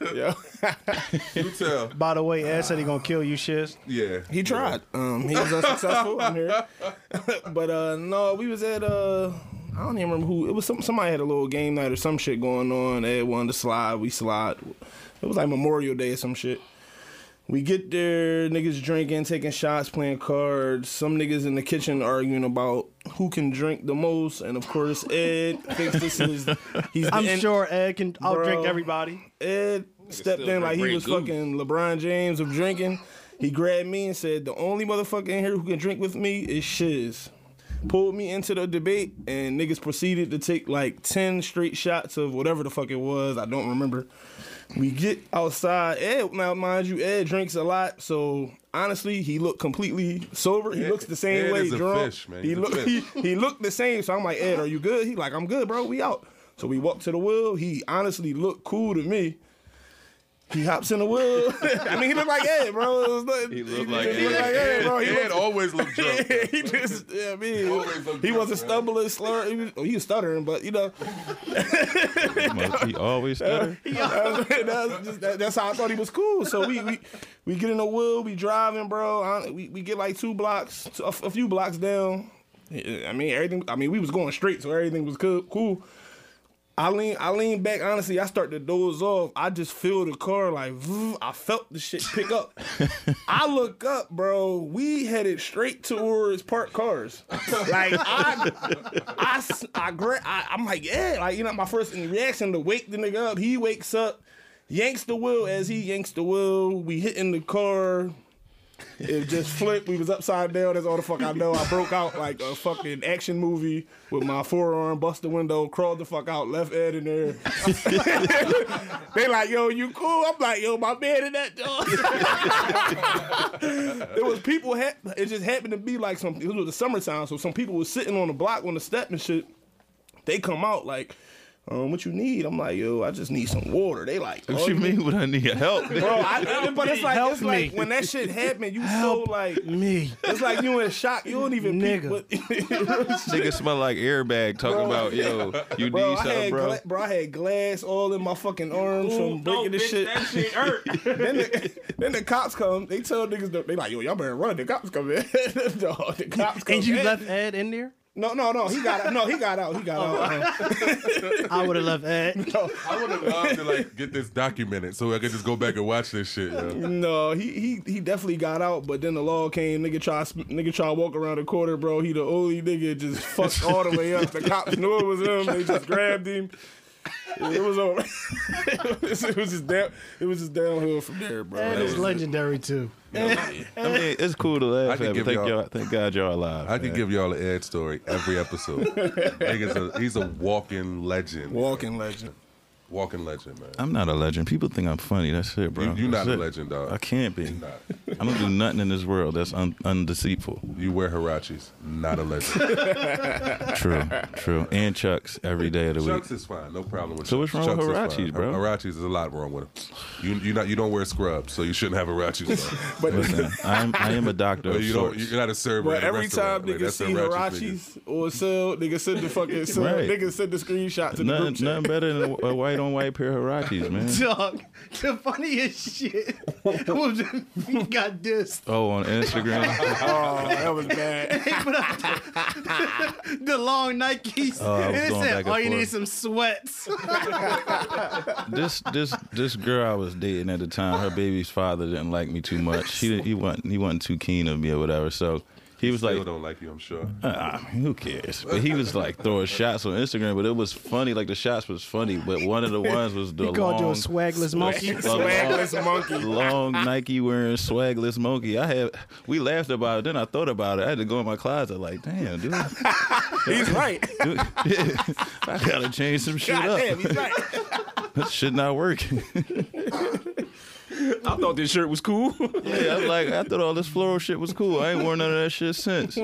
Speaker 2: You tell.
Speaker 1: By the way, Ed said he gonna kill you, shiz.
Speaker 2: Yeah.
Speaker 3: He tried. Um, he was unsuccessful. I'm here, but uh, no, we was at uh, I don't even remember who. It was some somebody had a little game night or some shit going on. They had wanted to slide. We slide. It was like Memorial Day or some shit. We get there, niggas drinking, taking shots, playing cards. Some niggas in the kitchen arguing about who can drink the most, and of course Ed thinks this is. He's
Speaker 1: I'm
Speaker 3: and
Speaker 1: sure Ed can outdrink
Speaker 3: Bro.
Speaker 1: everybody.
Speaker 3: Ed stepped in like he was fucking LeBron James of drinking. He grabbed me and said, "The only motherfucker in here who can drink with me is Shiz." Pulled me into the debate and niggas proceeded to take like ten straight shots of whatever the fuck it was. I don't remember. We get outside. Ed, now mind you, Ed drinks a lot, so honestly, he looked completely sober. He looks the same
Speaker 2: Ed
Speaker 3: way,
Speaker 2: is a
Speaker 3: drunk.
Speaker 2: fish, man.
Speaker 3: He
Speaker 2: He's a
Speaker 3: looked
Speaker 2: fish.
Speaker 3: he, he looked the same. So I'm like, Ed, are you good? He like, I'm good, bro. We out. So we walked to the wheel. He honestly looked cool to me. He hops in the wheel. I mean, he looked like Ed, bro. It was nothing-
Speaker 4: He looked like
Speaker 3: he looked
Speaker 4: Ed.
Speaker 3: like Ed, bro. He
Speaker 2: Ed
Speaker 3: looked-
Speaker 2: always looked drunk.
Speaker 3: he just, yeah, I mean,
Speaker 2: Always looked
Speaker 3: he
Speaker 2: drunk,
Speaker 3: wasn't
Speaker 2: man.
Speaker 3: stumbling, slurring. He was, oh, he was stuttering, but you know,
Speaker 4: He always
Speaker 3: Uh,
Speaker 4: stutter.
Speaker 3: that's, that's just- that- that's how I thought he was cool. So we we, we get in the wheel, we driving, bro. I, we, we get like two blocks, a, a few blocks down. I mean everything. I mean we was going straight, so everything was cool. Cool. I lean, I lean back. Honestly, I start to doze off. I just feel the car like vroom. I felt the shit pick up. I look up, bro. We headed straight towards parked cars. Like I, I, s- I, gra- I I'm like, yeah, like you know, my first reaction to wake the nigga up. He wakes up, yanks the wheel. As he yanks the wheel, we hitting the car. It just flipped. We was upside down. That's all the fuck I know. I broke out like a fucking action movie with my forearm, bust the window, crawled the fuck out, left Ed in there. they like, yo, you cool? I'm like, yo, my man in that dog. it was people. Ha- it just happened to be like some. It was the summertime, so some people was sitting on the block on the step and shit. They come out like, um, what you need? I'm like, yo, I just need some water. They like,
Speaker 4: What
Speaker 3: "Oh,
Speaker 4: you mean? What I need help?
Speaker 3: Bro, I, but it's like,
Speaker 1: Help
Speaker 3: it's like
Speaker 1: me.
Speaker 3: when that shit happened, you
Speaker 1: Help
Speaker 3: so like
Speaker 1: Me.
Speaker 3: it's like you in shock. You don't even
Speaker 1: Nigga.
Speaker 3: Peep, but,
Speaker 4: Nigga smell like airbag talking
Speaker 3: Bro.
Speaker 4: about yo. You
Speaker 3: bro,
Speaker 4: need
Speaker 3: I
Speaker 4: something,
Speaker 3: had
Speaker 4: bro.
Speaker 3: gla- bro, I had glass all in my fucking arms from breaking this shit.
Speaker 5: oh, shit hurt.
Speaker 3: then, the, then the cops come. They tell niggas that- they like, yo, y'all better run. The cops come in. Dog, the cops come
Speaker 1: And you
Speaker 3: in.
Speaker 1: left Ed in there?
Speaker 3: No, no, no. He got out. No, he got out. He got out. Uh,
Speaker 1: I would have left Ed.
Speaker 2: I would have loved to like get this documented so I could just go back and watch this shit. Yo.
Speaker 3: no, he, he he definitely got out. But then the law came. Nigga try sp- nigga try walk around the corner, bro. He the only nigga just fucked all the way up. The cops knew it was him. They just grabbed him. It was over. it was it was just down. It was just downhill from there, bro.
Speaker 1: Ed
Speaker 3: That
Speaker 1: is
Speaker 3: was-
Speaker 1: legendary too.
Speaker 4: I mean, it's cool to laugh
Speaker 2: could
Speaker 4: at, but
Speaker 2: give
Speaker 4: thank
Speaker 2: y'all-
Speaker 4: y'all, thank God y'all alive.
Speaker 2: I could
Speaker 4: man.
Speaker 2: give y'all an Ed story every episode. Niggas, a, he's a walking legend.
Speaker 3: Walking legend.
Speaker 2: Walking legend, man.
Speaker 4: I'm not a legend. People think I'm funny. That's it, bro.
Speaker 2: You- you not
Speaker 4: That's
Speaker 2: a
Speaker 4: it.
Speaker 2: legend, dog.
Speaker 4: I can't be.
Speaker 2: Not.
Speaker 4: I don't do nothing in this world that's un- undeceitful.
Speaker 2: You wear Hirachis, not a legend.
Speaker 4: True, true. And Chucks every day of the week.
Speaker 2: Chucks is fine, no problem with
Speaker 4: So what's
Speaker 2: Chucks.
Speaker 4: wrong with
Speaker 2: Chucks is
Speaker 4: Hirachis,
Speaker 2: fine.
Speaker 4: bro?
Speaker 2: Hirachis is a lot wrong with them. You you not you don't wear scrubs, so you shouldn't have Hirachis. on.
Speaker 3: But
Speaker 4: Listen, I am I am a doctor
Speaker 2: But
Speaker 4: of
Speaker 2: Oh, you
Speaker 4: sorts.
Speaker 2: don't. You're not a server.
Speaker 3: But
Speaker 2: at a
Speaker 3: every time
Speaker 2: restaurant. Like,
Speaker 3: niggas
Speaker 2: that's
Speaker 3: see
Speaker 2: Hirachis, niggas.
Speaker 3: Hirachis or sell, niggas send the fucking sell,
Speaker 4: Right.
Speaker 3: niggas send the screenshot to the group
Speaker 4: Nothing,
Speaker 3: chat.
Speaker 4: nothing better than a white on white pair of Hirachis, man.
Speaker 1: Dog, the funniest shit was when we got this.
Speaker 4: Oh, on Instagram.
Speaker 3: Oh, that was bad.
Speaker 1: They put up the, the long Nikes,
Speaker 4: Oh, I
Speaker 1: and
Speaker 4: was
Speaker 1: it
Speaker 4: going back
Speaker 1: said,
Speaker 4: and
Speaker 1: "Oh, you need
Speaker 4: forth.
Speaker 1: some sweats."
Speaker 4: this this this girl I was dating at the time, her baby's father didn't like me too much. He didn't, he wasn't he wasn't too keen on me or whatever. So he was like,
Speaker 2: People don't like you, I'm sure.
Speaker 4: Uh, who cares? But he was like throwing shots on Instagram, but it was funny. Like the shots was funny, but one of the ones was the
Speaker 1: He called you a
Speaker 4: long,
Speaker 1: swagless monkey.
Speaker 4: the long,
Speaker 3: Swagless monkey.
Speaker 4: long Nike wearing swagless monkey. I had we laughed about it. Then I thought about it. I had to go in my closet. Like, damn, dude,
Speaker 3: He's right.
Speaker 4: dude, I gotta change some shit
Speaker 3: God
Speaker 4: up.
Speaker 3: damn, he's right.
Speaker 4: This shit not working.
Speaker 5: I thought this shirt was cool.
Speaker 4: Yeah, I'm like, I thought all this floral shit was cool. I ain't worn none of that shit since.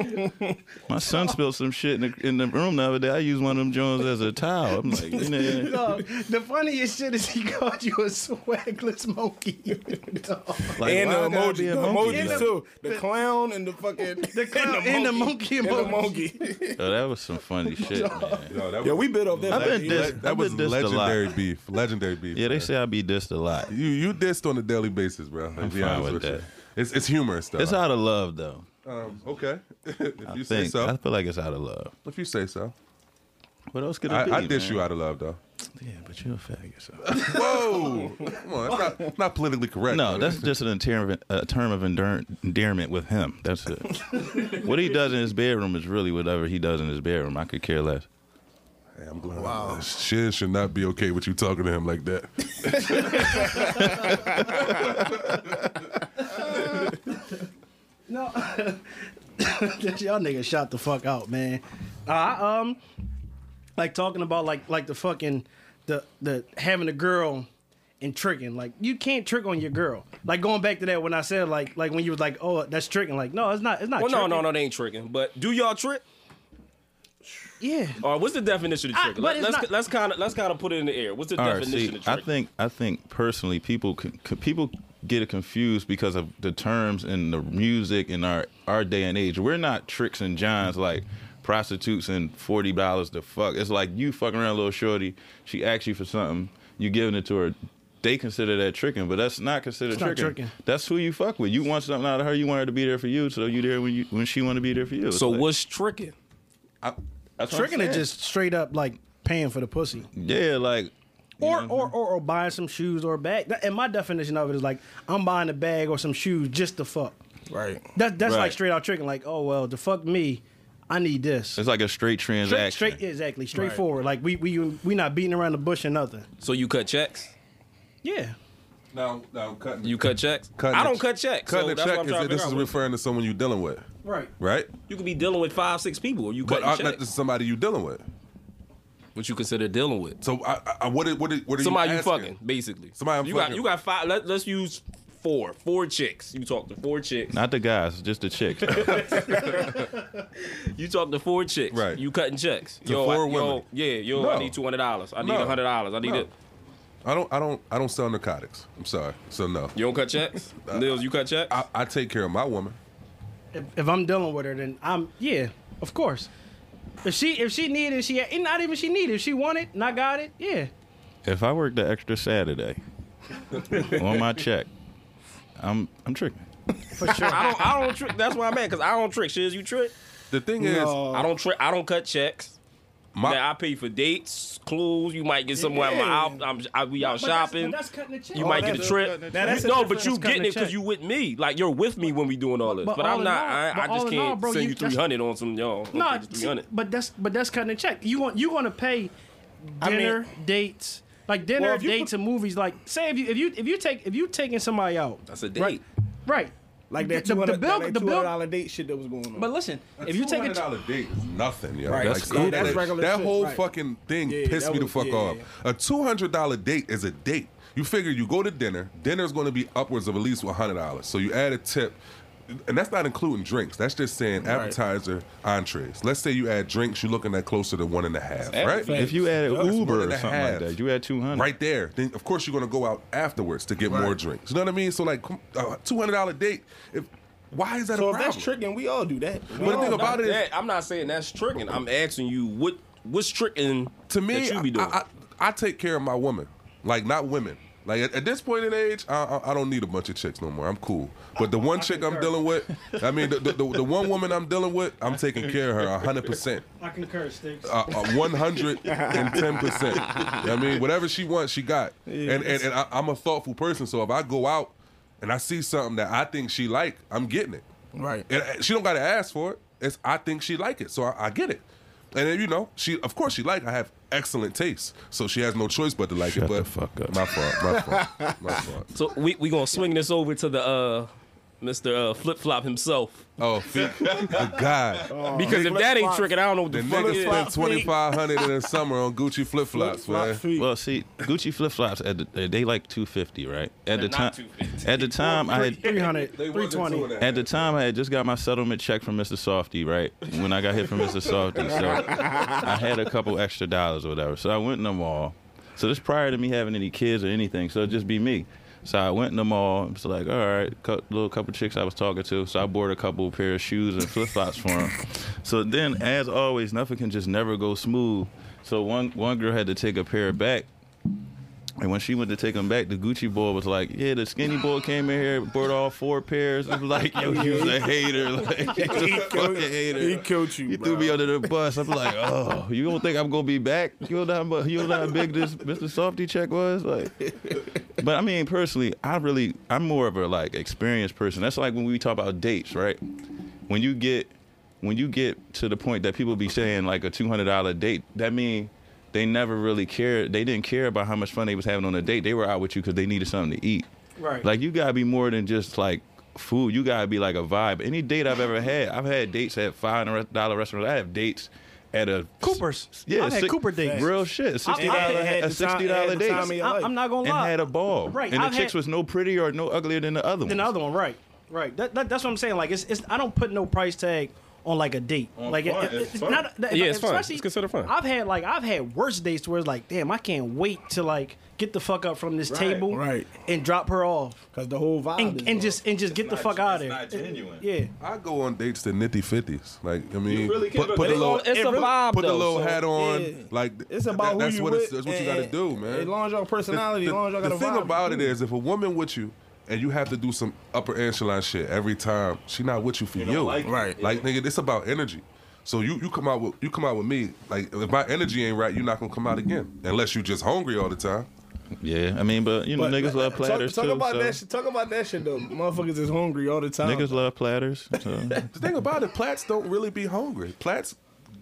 Speaker 4: My son spilled some shit in the, in the room the other day. I used one of them Jones as a towel. I'm like, nah.
Speaker 1: Dog, the funniest shit is he called you a swagless monkey. Dog.
Speaker 4: Like,
Speaker 3: and the
Speaker 4: why I gotta
Speaker 3: emoji,
Speaker 4: be
Speaker 3: the
Speaker 4: a monkey,
Speaker 3: emojis
Speaker 4: though?
Speaker 3: too. The clown and the fucking
Speaker 1: The clown and the monkey
Speaker 3: and the
Speaker 1: emoji.
Speaker 3: monkey.
Speaker 4: Yo, that was some funny shit, man.
Speaker 2: Yo, that
Speaker 3: Yeah,
Speaker 2: was,
Speaker 3: we bit off that.
Speaker 4: I've been
Speaker 3: like,
Speaker 4: dissed.
Speaker 2: that
Speaker 4: I've
Speaker 2: was
Speaker 4: been dissed a
Speaker 2: legendary
Speaker 4: lot.
Speaker 2: beef. Legendary beef.
Speaker 4: Yeah, they
Speaker 2: man.
Speaker 4: say I be dissed a lot.
Speaker 2: you you dissed on a daily basis, bro. I'm
Speaker 4: fine with that.
Speaker 2: It's it's humorous though.
Speaker 4: It's out of love, though.
Speaker 2: um, okay. if you
Speaker 4: I
Speaker 2: say
Speaker 4: think.
Speaker 2: so.
Speaker 4: I feel like it's out of love.
Speaker 2: If you say so.
Speaker 4: What else could it be?
Speaker 2: I, I diss
Speaker 4: man?
Speaker 2: you out of love though.
Speaker 4: Yeah, but you're a faggot. So.
Speaker 2: Whoa! Come on, that's not, not politically correct.
Speaker 4: No,
Speaker 2: man.
Speaker 4: that's just an term, a term of endear- endearment with him. That's it. what he does in his bedroom is really whatever he does in his bedroom. I could care less.
Speaker 2: Hey, I'm glad. Shit should not be okay with you talking to him like that.
Speaker 1: No, y'all niggas shot the fuck out, man. Uh, I, um, like talking about like like the fucking the the having a girl and tricking. Like you can't trick on your girl. Like going back to that when I said like like when you was like, oh, that's tricking. Like no, it's not. It's not.
Speaker 5: well, no,
Speaker 1: tricking.
Speaker 5: no, no, they ain't tricking. But do y'all trick?
Speaker 1: Yeah.
Speaker 5: Or what's the definition of
Speaker 1: I-
Speaker 5: trick?
Speaker 1: but
Speaker 5: Let,
Speaker 1: it's
Speaker 5: let's
Speaker 1: not-
Speaker 5: let's kind of let's kind of put it in the air. What's the
Speaker 4: All right,
Speaker 5: definition
Speaker 4: see,
Speaker 5: of
Speaker 4: I
Speaker 5: trick?
Speaker 4: think I think personally, people can, c- people get it confused because of the terms and the music in our our day and age. We're not tricks and johns like prostitutes and forty dollars to fuck. It's like you fucking around, little shorty. She asks you for something, you giving it to her. They consider that tricking, but that's not considered
Speaker 1: not
Speaker 4: tricking.
Speaker 1: tricking.
Speaker 4: That's who you fuck with. You want something out of her. You want her to be there for you, so you there when you when she want to be there for you. It's
Speaker 5: so
Speaker 4: like-
Speaker 5: what's tricking?
Speaker 4: that's what I'm
Speaker 1: Tricking is
Speaker 4: saying.
Speaker 1: just straight up like paying for the pussy.
Speaker 4: yeah, like
Speaker 1: Or, or, or or buying some shoes or a bag. That- And my definition of it is like I'm buying a bag or some shoes just to fuck.
Speaker 3: Right.
Speaker 1: That that's like
Speaker 4: Right.
Speaker 1: straight out tricking. Like oh well, to fuck me, I need this.
Speaker 4: it's like a straight
Speaker 1: Straight,
Speaker 4: transaction.
Speaker 1: straight exactly, straightforward. Like we we we not beating around the bush or nothing.
Speaker 5: So you cut checks?
Speaker 1: Yeah.
Speaker 2: No, no, cutting.
Speaker 5: You cut checks?
Speaker 2: Cutting
Speaker 5: I
Speaker 2: the
Speaker 5: don't
Speaker 2: ch-
Speaker 5: cut checks. so
Speaker 2: Cutting the
Speaker 5: that's
Speaker 2: check
Speaker 5: what I'm
Speaker 2: is
Speaker 5: trying to
Speaker 2: this
Speaker 5: figure
Speaker 2: is
Speaker 5: out.
Speaker 2: referring to someone you're dealing with,
Speaker 1: Right.
Speaker 2: right?
Speaker 5: you could be dealing with five, six people, or you cut
Speaker 2: But I,
Speaker 5: checks.
Speaker 2: that- this is somebody you're dealing with.
Speaker 5: what you consider dealing with?
Speaker 2: So, I, I, I- what, are- what, are- what are
Speaker 5: Somebody
Speaker 2: you
Speaker 5: you,
Speaker 2: asking?
Speaker 5: fucking, basically.
Speaker 2: Somebody I'm
Speaker 5: you
Speaker 2: fucking.
Speaker 5: got. You got five. Let, let's use four. Four chicks. You talk to four chicks.
Speaker 4: Not the guys, just the chicks.
Speaker 5: You talk to four chicks.
Speaker 2: Right.
Speaker 5: You cutting checks. To yo, I,
Speaker 2: four women.
Speaker 5: Yo, yeah. Yo,
Speaker 2: No.
Speaker 5: I need two hundred dollars. I need
Speaker 2: No.
Speaker 5: a hundred dollars. I need
Speaker 2: No.
Speaker 5: it.
Speaker 2: I don't, I don't, I don't sell narcotics. I'm sorry. So no,
Speaker 5: You don't cut checks. Nils, you cut checks.
Speaker 2: Uh, I, I take care of my woman.
Speaker 1: If, if I'm dealing with her, then I'm yeah, of course. If she if she needed, she and not even she needed. If she wanted, and I got it. Yeah.
Speaker 4: if I work the extra Saturday on my check, I'm I'm tricking.
Speaker 5: I don't. I don't trick. That's why I'm at. Cause I don't trick. Shiz, you trick.
Speaker 2: The thing is,
Speaker 5: I don't trick. I don't cut checks.
Speaker 2: my
Speaker 5: Now, I pay for dates, clues. You might get somewhere.
Speaker 3: Yeah.
Speaker 5: I'm, I'm, I, we out
Speaker 1: But that's-
Speaker 5: shopping.
Speaker 1: but that's cutting the check.
Speaker 5: You might
Speaker 3: that's
Speaker 5: get a
Speaker 3: a-
Speaker 5: trip.
Speaker 3: now that's a
Speaker 5: no,
Speaker 3: different-
Speaker 5: but you
Speaker 1: that's cutting
Speaker 5: getting
Speaker 1: a
Speaker 5: it because
Speaker 1: check.
Speaker 5: you with me. Like you're with me when we doing all this.
Speaker 1: But
Speaker 5: But,
Speaker 1: all
Speaker 5: I'm
Speaker 1: in
Speaker 5: not.
Speaker 1: all-
Speaker 5: I,
Speaker 1: but
Speaker 5: I
Speaker 1: all
Speaker 5: just
Speaker 1: in
Speaker 5: can't
Speaker 1: all, bro,
Speaker 5: send
Speaker 1: you-
Speaker 5: you
Speaker 1: that's-
Speaker 5: three hundred on some y'all.
Speaker 1: No,
Speaker 5: three hundred.
Speaker 1: but that's but that's cutting a check. You want you want to pay
Speaker 3: I mean-
Speaker 1: dinner dates like dinner
Speaker 3: Well, if you
Speaker 1: dates
Speaker 3: put-
Speaker 1: and movies. Like say if you if you if you take if you taking somebody out,
Speaker 5: That's a date.
Speaker 1: Right. right.
Speaker 3: Like that
Speaker 1: the,
Speaker 3: two
Speaker 1: the
Speaker 3: hundred
Speaker 1: bill the bill.
Speaker 3: dollar date shit that was going on.
Speaker 1: But listen, if you take a
Speaker 2: $200 date is nothing, yo.
Speaker 3: Right,
Speaker 2: Like,
Speaker 3: that's cool.
Speaker 2: that-
Speaker 3: That's
Speaker 2: that,
Speaker 3: regular
Speaker 2: that
Speaker 3: shit,
Speaker 2: whole
Speaker 3: right.
Speaker 2: fucking thing
Speaker 3: Yeah,
Speaker 2: pissed
Speaker 3: that
Speaker 2: me the
Speaker 3: was-
Speaker 2: fuck
Speaker 3: yeah,
Speaker 2: off.
Speaker 3: yeah,
Speaker 2: A two hundred dollar date is a date. You figure you go to dinner. Dinner's going to be upwards of at least one hundred dollars. So you add a tip. And that's not including drinks. That's just saying appetizer, entrees. Let's say you add drinks, you're looking at closer to one and a half, right?
Speaker 3: Facts.
Speaker 4: If you added
Speaker 2: That's one
Speaker 4: Uber or
Speaker 2: and a
Speaker 4: something
Speaker 2: half.
Speaker 4: like that, you add two hundred.
Speaker 2: Right there. Then of course you're gonna go out afterwards to get more drinks. You know what I mean? So like a two hundred dollar date. If why is that
Speaker 3: so
Speaker 2: a
Speaker 3: if
Speaker 2: problem?
Speaker 3: that's tricking, we all do that.
Speaker 2: But
Speaker 3: We
Speaker 2: the
Speaker 3: all
Speaker 2: thing
Speaker 3: do
Speaker 2: about
Speaker 5: Not
Speaker 2: it is,
Speaker 5: that. I'm not saying that's tricking. I'm asking you what what's tricking
Speaker 2: to me,
Speaker 5: that you be doing.
Speaker 2: I, I, I take care of my woman, like not women. Like at, at this point in age, I, I, I don't need a bunch of chicks no more. I'm cool. But the one chick I'm dealing with, I mean, the, the, the, the one woman I'm dealing with, I'm taking care of her 100. percent
Speaker 1: I concur, Sticks.
Speaker 2: uh, uh, 110%. You know what I mean, whatever she wants, she got. and and, and I, I'm a thoughtful person, so if I go out and I see something that I think she like, I'm getting it.
Speaker 3: Right.
Speaker 2: And uh, she don't got to ask for it. It's I think she like it, so I, I get it. And then you know, she of course she like. I have excellent taste, so she has no choice but to like it.
Speaker 4: Shut
Speaker 2: But
Speaker 4: the fuck up.
Speaker 2: My fault. My fault. My fault.
Speaker 5: so we we gonna swing this over to the uh Mr. Uh, Flip Flop himself.
Speaker 2: Oh, feet. the
Speaker 1: Oh,
Speaker 2: God.
Speaker 5: Because if that ain't tricking, I don't know what
Speaker 2: The
Speaker 5: the fuck
Speaker 2: nigga
Speaker 5: is.
Speaker 2: spent twenty five hundred in the summer on Gucci flip flops, man.
Speaker 4: Well, see, Gucci flip flops at the, they like two fifty, right? At the
Speaker 5: not
Speaker 4: time,
Speaker 5: 250.
Speaker 4: at the time, I had
Speaker 1: 300,
Speaker 2: They wasn't
Speaker 1: 320.
Speaker 2: doing that.
Speaker 4: At the time, I had just got my settlement check from Mr. Softy, right? When I got hit from Mr. Softy. So I had a couple extra dollars or whatever. So I went in the mall. So this prior to me having any kids or anything. So it'd just be me. So I went in the mall. It's like, all right, cou- little couple chicks I was talking to. So I bought a couple pair of shoes and flip flops for them. So then, as always, nothing can just never go smooth. So one one girl had to take a pair back and when she went to take them back, the Gucci boy was like, "Yeah, the skinny boy came in here, bought all four pairs." It was like, "Yo, you was a hater, like you was a fucking hater."
Speaker 3: He killed you.
Speaker 4: He
Speaker 3: bro.
Speaker 4: threw me under the bus. I'm like, "Oh, you don't think I'm gonna be back? You know how mu- you know how big this Mr. Softy check was?" Like, but I mean, personally, I really, I'm more of a like experienced person. That's like when we talk about dates, right? When you get, when you get to the point that people be saying like a two hundred dollar date, that mean they never really cared. They didn't care about how much fun they was having on a date. They were out with you because they needed something to eat.
Speaker 1: Right.
Speaker 4: Like you gotta be more than just like food. You gotta be like a vibe. Any date I've ever had, I've had dates at five hundred dollar restaurants. I have dates at a
Speaker 1: Coopers.
Speaker 4: Yeah,
Speaker 1: I've had Cooper dates.
Speaker 4: Real shit. Sixty
Speaker 1: I've
Speaker 4: dollar,
Speaker 1: had
Speaker 4: a
Speaker 3: the time-
Speaker 4: sixty dollar
Speaker 3: had the
Speaker 4: date
Speaker 3: time of your
Speaker 1: I, am not gonna
Speaker 4: and
Speaker 1: lie.
Speaker 4: had a ball.
Speaker 1: Right,
Speaker 4: And
Speaker 1: I've
Speaker 4: the chicks
Speaker 1: had-
Speaker 4: was no prettier or no uglier than the other one.
Speaker 1: Then the other one, right? Right. That, that, that's what I'm saying. Like it's, it's I don't put no price tag on like a date. like
Speaker 4: fun,
Speaker 1: it- it-
Speaker 4: it's fun.
Speaker 1: not- that-
Speaker 5: Yeah, it's fun.
Speaker 1: especially-
Speaker 5: It's considered fun.
Speaker 1: I've had like I've had worse dates where it's like, damn, I can't wait to like get the fuck up from this table,
Speaker 3: right.
Speaker 1: and drop her off,
Speaker 3: Cause the whole vibe
Speaker 1: and,
Speaker 3: is
Speaker 1: and
Speaker 3: off.
Speaker 1: just and just get the fuck out of there.
Speaker 4: genuine.
Speaker 1: Yeah.
Speaker 2: I go on dates to nitty fifties. Like I mean,
Speaker 4: really can,
Speaker 2: put,
Speaker 4: but
Speaker 2: put
Speaker 4: it's
Speaker 2: the little,
Speaker 5: all- it's a vibe,
Speaker 2: put the
Speaker 5: though,
Speaker 2: little
Speaker 5: so,
Speaker 2: hat on.
Speaker 3: yeah.
Speaker 2: Like
Speaker 3: It's
Speaker 2: that-
Speaker 3: about who
Speaker 2: that's
Speaker 3: you
Speaker 2: what
Speaker 3: with.
Speaker 2: it's, that's what you
Speaker 3: and-
Speaker 2: got to do, man.
Speaker 3: As long as your personality, as long as y'all got
Speaker 2: the
Speaker 3: a
Speaker 2: thing
Speaker 3: vibe,
Speaker 2: about it is, if a woman with you and you have to do some upper echelon shit every time, she not with you for you.
Speaker 4: like it.
Speaker 3: Right.
Speaker 2: Like nigga, it's about energy. So you you come out with you come out with me. Like if my energy ain't right, you're not gonna come out again unless you just hungry all the time.
Speaker 4: Yeah, I mean, but you know,
Speaker 3: But-
Speaker 4: niggas love
Speaker 3: talk-
Speaker 4: platters
Speaker 3: talk,
Speaker 4: too.
Speaker 3: about
Speaker 4: so
Speaker 3: that shit. Talk about that shit though. Motherfuckers is hungry all the time.
Speaker 4: niggas love platters. So.
Speaker 2: The thing about it, plats don't really be hungry. Plats,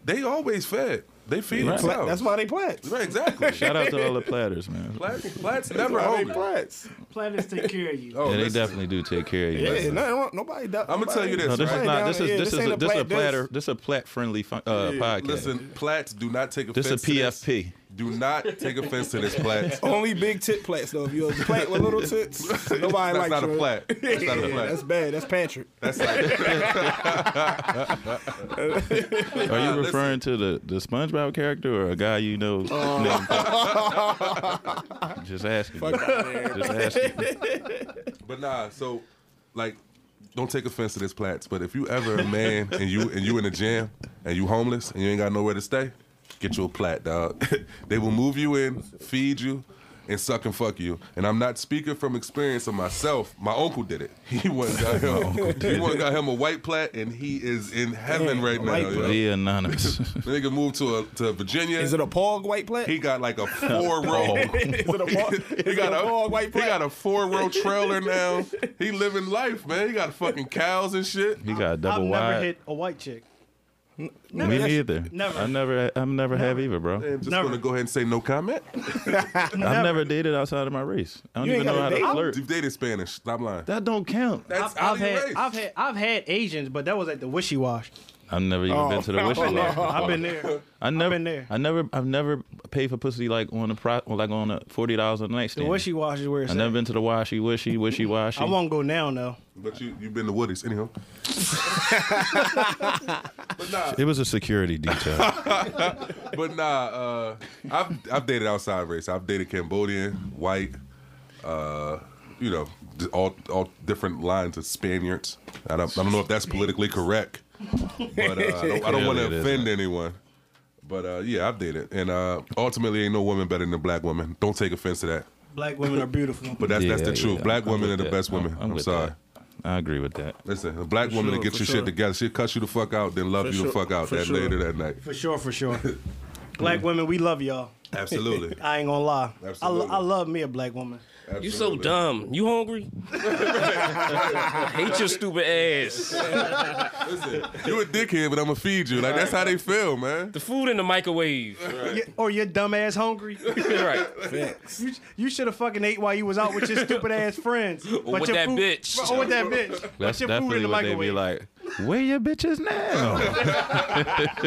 Speaker 2: they always fed. They feed
Speaker 4: Right.
Speaker 2: themselves.
Speaker 3: That's why they plats.
Speaker 2: Right, exactly.
Speaker 4: Shout out to all the platters, man.
Speaker 2: Plats, plats never
Speaker 3: Why
Speaker 2: hungry.
Speaker 3: they plats.
Speaker 1: Planners take care of you.
Speaker 2: Oh,
Speaker 4: yeah, they
Speaker 2: listen.
Speaker 4: definitely do take care of you.
Speaker 3: Yeah,
Speaker 4: man.
Speaker 3: nothing wrong. Nobody. I'm
Speaker 2: I'ma tell you this,
Speaker 4: No, this
Speaker 2: right?
Speaker 4: is not. This is this is a, this is a platter.
Speaker 3: platter.
Speaker 4: This is a plat friendly uh, podcast.
Speaker 2: Listen, plats do not take offense.
Speaker 4: This a
Speaker 2: to this.
Speaker 4: PFP.
Speaker 2: Do not take offense to this plats.
Speaker 3: Only big tit plats though. If you a plat with little tits, nobody
Speaker 2: That's
Speaker 3: likes
Speaker 2: not a
Speaker 3: you.
Speaker 2: plat. That's not a
Speaker 3: Yeah,
Speaker 2: plat.
Speaker 3: that's bad. That's Patrick.
Speaker 2: That's like,
Speaker 4: Are you
Speaker 2: listen.
Speaker 4: referring to the the SpongeBob character or a guy you know? named- Just asking. Just asking.
Speaker 2: but nah. So, like, don't take offense to this plats. But if you ever a man and you and you in a jam and you homeless and you ain't got nowhere to stay, get you a plat, dog. they will move you in, feed you. And suck and fuck you. And I'm not speaking from experience of myself. My uncle did it. He went and got him. he went and got him a white plat, and he is in heaven right now.
Speaker 3: white
Speaker 2: yo.
Speaker 4: Be anonymous.
Speaker 2: The nigga moved to a, to Virginia.
Speaker 3: Is it a pog white plat?
Speaker 2: he got like a four row.
Speaker 3: is it a pog? Is
Speaker 2: He
Speaker 3: it
Speaker 2: got
Speaker 3: a
Speaker 2: a,
Speaker 3: pog white
Speaker 2: he
Speaker 3: plat?
Speaker 2: got a four row trailer now. He living life, man. He got fucking cows and shit.
Speaker 4: You got a
Speaker 1: I've
Speaker 4: double
Speaker 1: never
Speaker 4: wide.
Speaker 1: hit a white chick.
Speaker 4: Me neither.
Speaker 1: Never.
Speaker 4: I never. I never have either, bro.
Speaker 2: I'm just
Speaker 1: Never.
Speaker 2: gonna go ahead and say no comment.
Speaker 4: I've never dated outside of my race. I don't
Speaker 3: You
Speaker 4: even
Speaker 3: ain't
Speaker 4: know
Speaker 3: got
Speaker 4: how to
Speaker 3: a date?
Speaker 4: flirt.
Speaker 2: You've dated Spanish. Stop lying.
Speaker 4: That don't count.
Speaker 2: That's out
Speaker 1: I've
Speaker 2: of your
Speaker 1: had,
Speaker 2: race.
Speaker 1: I've had I've had Asians, but that was at the wishy wash.
Speaker 4: I've never even been to the wish
Speaker 1: I've been
Speaker 4: list.
Speaker 1: there. I've been there.
Speaker 4: I never,
Speaker 1: been there.
Speaker 4: I never, I've never paid for pussy like on a pro, or like on a forty dollars a night
Speaker 1: The
Speaker 4: stand.
Speaker 1: wishy wash is where it's
Speaker 4: I've
Speaker 1: at.
Speaker 4: never been to the washy wishy wishy washy.
Speaker 1: I won't go now though.
Speaker 2: but you you've been to Woody's anyhow. but nah,
Speaker 4: It was a security detail.
Speaker 2: but nah. Uh, I've I've dated outside race. I've dated Cambodian, white, uh, you know, d- all all different lines of Spaniards. I don't, I don't know if that's politically correct, but uh, I don't, I don't want
Speaker 4: Clearly it
Speaker 2: to
Speaker 4: is,
Speaker 2: offend anyone. But uh, yeah, I've dated, and uh, ultimately, ain't no woman better than a black woman. Don't take offense to that,
Speaker 1: Black women are beautiful.
Speaker 2: but that's that's
Speaker 4: Yeah,
Speaker 2: the truth.
Speaker 4: yeah,
Speaker 2: black
Speaker 4: I'm
Speaker 2: women
Speaker 4: with
Speaker 2: are the
Speaker 4: that.
Speaker 2: best women. I'm,
Speaker 4: with
Speaker 2: sorry.
Speaker 4: that. I agree with that.
Speaker 2: Listen, a black woman to
Speaker 3: sure,
Speaker 2: get
Speaker 3: for
Speaker 2: your
Speaker 3: sure.
Speaker 2: shit together, she'll cut you the fuck out, then love
Speaker 3: For
Speaker 2: you the
Speaker 3: sure,
Speaker 2: fuck out
Speaker 3: for
Speaker 2: that
Speaker 3: sure.
Speaker 2: later that night.
Speaker 1: For sure, for sure. Black women, we love y'all.
Speaker 2: Absolutely.
Speaker 1: I ain't gonna lie. I,
Speaker 2: Absolutely.
Speaker 1: I love me a black woman.
Speaker 5: You so
Speaker 2: Absolutely.
Speaker 5: dumb. You hungry? I hate your stupid ass.
Speaker 2: You a dickhead, but I'm gonna feed you. Like that's how they feel, man.
Speaker 5: The food in the microwave.
Speaker 1: You- or you're dumbass hungry.
Speaker 5: right.
Speaker 1: you you should have fucking ate while you was out with your stupid ass friends. But
Speaker 5: with
Speaker 1: your
Speaker 5: that
Speaker 1: food,
Speaker 5: bitch.
Speaker 1: Or with that bitch. Put
Speaker 4: That's
Speaker 1: your food
Speaker 4: definitely
Speaker 1: in the
Speaker 4: what they
Speaker 1: microwave.
Speaker 4: be like. Where your bitches now?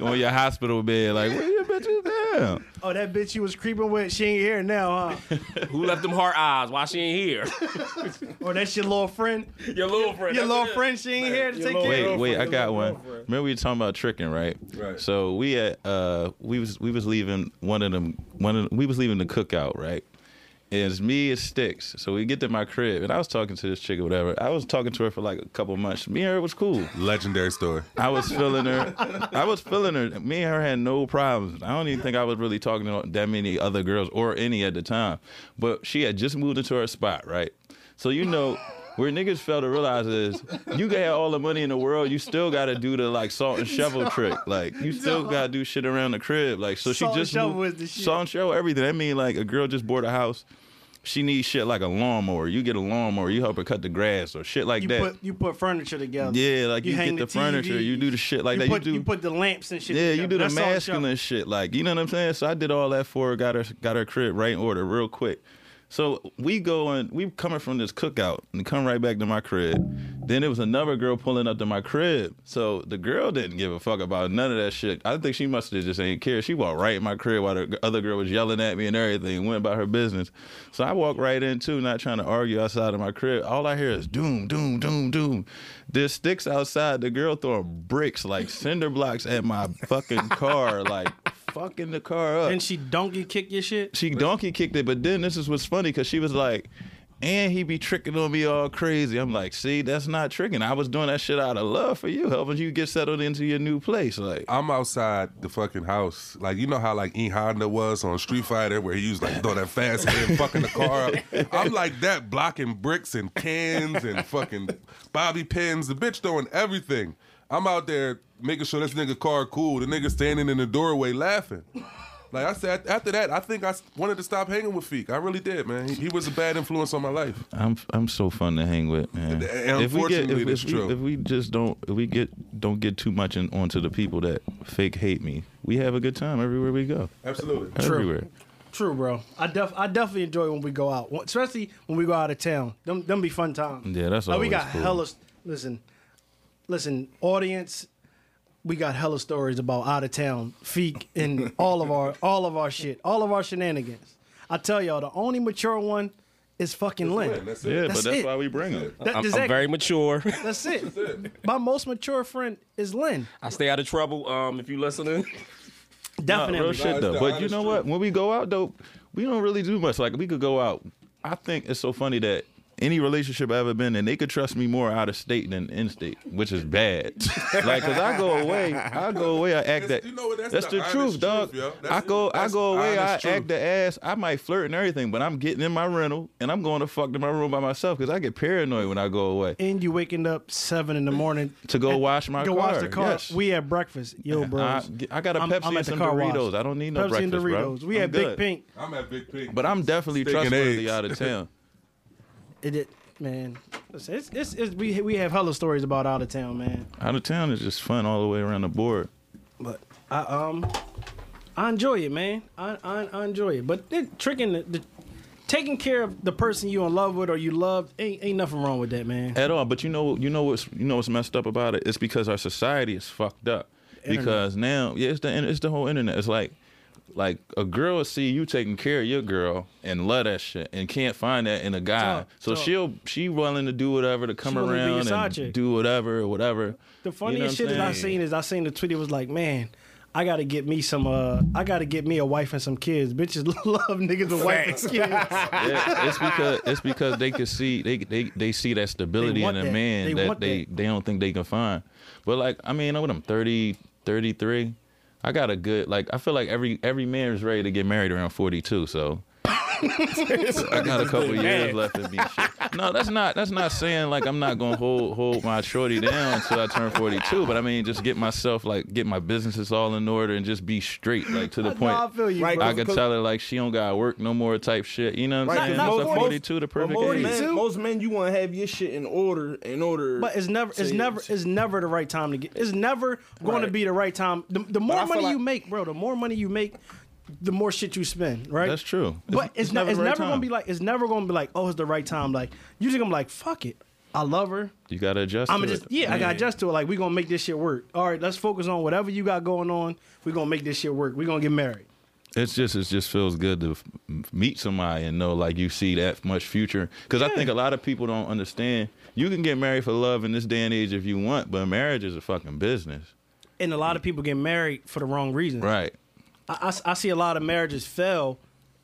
Speaker 4: On your hospital bed, like where your bitches now?
Speaker 1: Oh, that bitch you was creeping with, she ain't here now, huh?
Speaker 5: Who left them heart eyes? Why she ain't here?
Speaker 1: or that's your little friend.
Speaker 5: Your little friend.
Speaker 1: Your
Speaker 5: That's
Speaker 1: little
Speaker 5: it.
Speaker 1: friend, she ain't here to take
Speaker 3: little-
Speaker 1: care
Speaker 4: Wait,
Speaker 1: of.
Speaker 4: wait, I
Speaker 3: girlfriend,
Speaker 4: got
Speaker 3: your
Speaker 4: one.
Speaker 3: girlfriend.
Speaker 4: Remember we were talking about tricking, right?
Speaker 2: Right.
Speaker 4: So we at uh we was we was leaving one of them one of we was leaving the cookout, right? And it's me, it's Sticks. So we get to my crib and I was talking to this chick or whatever. I was talking to her for like a couple months. Me and her was cool.
Speaker 2: Legendary story.
Speaker 4: I was feeling her. I was feeling her. Me and her had no problems. I don't even think I was really talking to that many other girls or any at the time. But she had just moved into her spot, right? So you know. Where niggas fail to realize is you can have all the money in the world, you still gotta do the like salt and shovel trick. Like you still gotta do shit around the crib. Like so she
Speaker 1: Salt and
Speaker 4: just
Speaker 1: shovel
Speaker 4: moved-
Speaker 1: is the shit.
Speaker 4: salt and shovel everything. That mean like a girl just bought a house, she needs shit like a lawnmower. You get a lawnmower, you help her cut the grass or shit like
Speaker 1: You
Speaker 4: that.
Speaker 1: put you put furniture together.
Speaker 4: Yeah, like, you
Speaker 1: hang
Speaker 4: get the furniture, you do the shit like
Speaker 1: you
Speaker 4: that, you
Speaker 1: Put,
Speaker 4: do-
Speaker 1: you put the lamps and shit.
Speaker 4: Yeah, you do
Speaker 1: together.
Speaker 4: the
Speaker 1: That's all it's y'all.
Speaker 4: masculine shit, like you know what I'm saying. So I did all that for her, got her, got her crib right in order, real quick. So we go and we coming from this cookout and come right back to my crib. Then it was another girl pulling up to my crib. So the girl didn't give a fuck about none of that shit. I think she must have just ain't cared. She walked right in my crib while the other girl was yelling at me and everything. Went about her business. So I walked right in too, not trying to argue outside of my crib. All I hear is doom, doom, doom, doom. There's sticks outside. The girl throwing bricks like cinder blocks at my fucking car, like fucking the car up
Speaker 1: And she donkey kick your shit.
Speaker 4: she donkey kicked it, but then this is what's funny because she was like, and he be tricking on me all crazy. I'm like, see, that's not tricking. I was doing that shit out of love for you, helping you get settled into your new place. Like,
Speaker 2: I'm outside the fucking house. Like you know how like E Honda was on Street Fighter where he used like throw that fast hand and fucking the car up. I'm like that blocking bricks and cans and fucking bobby pins. The bitch throwing everything. I'm out there making sure this nigga car cool. The nigga standing in the doorway laughing. Like I said, after that, I think I s- wanted to stop hanging with Feek. I really did, man. He, he was a bad influence on my life.
Speaker 4: I'm I'm so fun to hang with, man.
Speaker 2: And unfortunately,
Speaker 4: if,
Speaker 2: that's
Speaker 4: if,
Speaker 2: true.
Speaker 4: We, if we just don't, if we get don't get too much in, onto the people that fake hate me. We have a good time everywhere we go.
Speaker 2: Absolutely.
Speaker 4: Everywhere.
Speaker 1: True, bro. I def I definitely enjoy when we go out, Well, especially when we go out of town. Them them be fun times.
Speaker 4: Yeah, that's
Speaker 1: like, we
Speaker 4: always
Speaker 1: got
Speaker 4: cool.
Speaker 1: hella. Listen, listen, audience. We got hella stories about out of town, feek, and all of our all of our shit, all of our shenanigans. I tell y'all, the only mature one is fucking Lynn.
Speaker 2: That's
Speaker 4: Yeah,
Speaker 2: it.
Speaker 1: That's
Speaker 4: but that's
Speaker 1: it.
Speaker 4: why we bring them.
Speaker 1: That-
Speaker 5: I'm,
Speaker 1: does
Speaker 5: I'm
Speaker 1: that-
Speaker 5: very mature.
Speaker 1: That's it. My most mature friend is Lynn.
Speaker 5: I stay out of trouble. Um, if you listening,
Speaker 1: Definitely.
Speaker 4: real shit
Speaker 2: it's
Speaker 4: though.
Speaker 2: the
Speaker 4: But you
Speaker 2: honest
Speaker 4: know
Speaker 2: truth.
Speaker 4: what? When we go out though, we don't really do much. Like we could go out. I think it's so funny that any relationship I've ever been in, they could trust me more out of state than in state, which is bad. like, cause I go away, I go away, I act
Speaker 2: That's-
Speaker 4: that.
Speaker 2: you know what, that's the
Speaker 4: the,
Speaker 2: honest
Speaker 4: truth,
Speaker 2: truth,
Speaker 4: dog.
Speaker 2: yo.
Speaker 4: I
Speaker 2: That's-
Speaker 4: go, I
Speaker 2: that's
Speaker 4: go away, I
Speaker 2: honest truth.
Speaker 4: act the ass. I might flirt and everything, but I'm getting in my rental and I'm going to fuck in my room by myself because I get paranoid when I go away
Speaker 1: and you waking up seven in the morning
Speaker 4: to go wash my
Speaker 1: go
Speaker 4: car.
Speaker 1: wash the car.
Speaker 4: Yes.
Speaker 1: We had breakfast, yo, bro.
Speaker 4: I, I got a Pepsi and some Doritos. I don't need no
Speaker 1: Pepsi
Speaker 4: breakfast,
Speaker 1: and Doritos.
Speaker 4: bro.
Speaker 1: We
Speaker 4: I'm
Speaker 1: had
Speaker 4: good.
Speaker 1: Big Pink.
Speaker 2: I'm at Big Pink.
Speaker 4: But I'm definitely
Speaker 2: Steak and
Speaker 4: trustworthy
Speaker 2: eggs.
Speaker 4: out of town.
Speaker 1: It, it man. It's, it's, it's, it's, we we have hella stories about out of town, man.
Speaker 4: out of town is just fun all the way around the board.
Speaker 1: But I um I enjoy it, man. I I, I enjoy it. But then tricking the, the taking care of the person you in love with or you love ain't ain't nothing wrong with that, man.
Speaker 4: At all. But Eh, you know you know what's you know what's messed up about it? It's because our society is fucked up.
Speaker 1: internet.
Speaker 4: Because now yeah, it's the in- it's the whole internet. It's like like a girl will see you taking care of your girl and love that shit and can't find that in a guy.
Speaker 1: Talk,
Speaker 4: so
Speaker 1: talk.
Speaker 4: she'll she willing to do whatever to come
Speaker 1: She willing to be your
Speaker 4: around
Speaker 1: side
Speaker 4: and
Speaker 1: chick.
Speaker 4: do whatever or whatever.
Speaker 1: The funniest shit that I seen is I seen the tweet. It was like, man, I gotta get me some. Uh, I gotta get me a wife and some kids. Bitches love niggas with wife and kids.
Speaker 4: yeah, it's because it's because they could see they they, they see that stability
Speaker 1: They
Speaker 4: in
Speaker 1: want
Speaker 4: a
Speaker 1: that.
Speaker 4: man
Speaker 1: They
Speaker 4: that,
Speaker 1: want
Speaker 4: they
Speaker 1: that.
Speaker 4: they don't think they can find. But like I mean, when I'm 30, 33, I got a good like I feel like every every man is ready to get married around 42, so I got a couple years left in me. Shit. No, that's not that's not saying like I'm not gonna hold hold my shorty down until I turn 42. But I mean, just get myself like get my businesses all in order and just be straight, like to the
Speaker 1: No, I
Speaker 4: point.
Speaker 1: feel you.
Speaker 3: Right,
Speaker 1: bro.
Speaker 4: I could tell her like she don't gotta work no more type shit. You know what
Speaker 3: Right,
Speaker 4: I'm saying?
Speaker 3: not-
Speaker 4: so
Speaker 3: not-
Speaker 4: 42 the perfect
Speaker 3: most,
Speaker 4: age.
Speaker 3: men, most men, you want to have your shit in order, in order.
Speaker 1: But it's never, it's
Speaker 3: to-
Speaker 1: never, it's never the right time to get. It's never going to
Speaker 3: Right.
Speaker 1: be the right time. The, the
Speaker 3: I
Speaker 1: more
Speaker 3: feel
Speaker 1: money
Speaker 3: like-
Speaker 1: you make, bro, the more money you make, the more shit you spend, right?
Speaker 4: That's true.
Speaker 1: But it's, not.
Speaker 4: the
Speaker 1: It's
Speaker 4: right
Speaker 1: never gonna
Speaker 4: time.
Speaker 1: be like. It's never gonna be like. Oh, it's the right time. Like you just gonna be like, fuck it. I love her.
Speaker 4: you gotta adjust.
Speaker 1: I'm
Speaker 4: to
Speaker 1: just
Speaker 4: it.
Speaker 1: yeah, I got adjust to it. Like we gonna make this shit work. All right, let's focus on whatever you got going on. We gonna make this shit work. We gonna get married.
Speaker 4: It's just it just feels good to f- meet somebody and know like you see that much future. Because I think a lot of people don't understand. You can get married for love in this day and age if you want, but marriage is a fucking business,
Speaker 1: And a lot of people get married for the wrong reason.
Speaker 4: right?
Speaker 1: I, I- I see a lot of marriages fail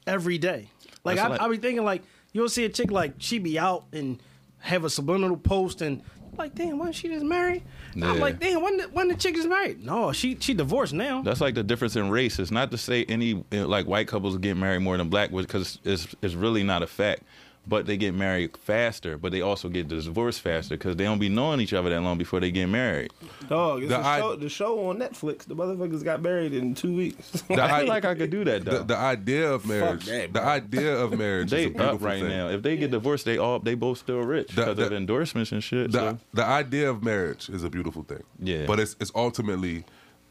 Speaker 1: every day. Like I,
Speaker 4: That's like-
Speaker 1: I be thinking like you'll see a chick like she be out and have a subliminal post and like damn why she just married?
Speaker 4: Yeah.
Speaker 1: I'm like damn when the, when the chick is married? No, she she divorced now.
Speaker 4: That's like the difference in race. It's not to say any uh, like white couples get married more than black because it's it's really not a fact. But they get married faster, but they also get divorced faster because they don't be knowing each other that long before they get married.
Speaker 3: dog, it's
Speaker 2: The
Speaker 3: a
Speaker 2: I-
Speaker 3: show, the show on Netflix. The motherfuckers got married in two weeks.
Speaker 2: The,
Speaker 4: I
Speaker 2: I,
Speaker 4: feel like I could do that though.
Speaker 2: the, the idea of marriage,
Speaker 3: that,
Speaker 2: the idea of marriage is a
Speaker 4: they
Speaker 2: beautiful
Speaker 4: up right
Speaker 2: thing.
Speaker 4: now. If they get divorced, they all they both still rich
Speaker 2: The-
Speaker 4: because of
Speaker 2: the-
Speaker 4: endorsements and shit.
Speaker 2: the,
Speaker 4: so.
Speaker 2: the idea of marriage is a beautiful thing.
Speaker 4: Yeah.
Speaker 2: But it's it's ultimately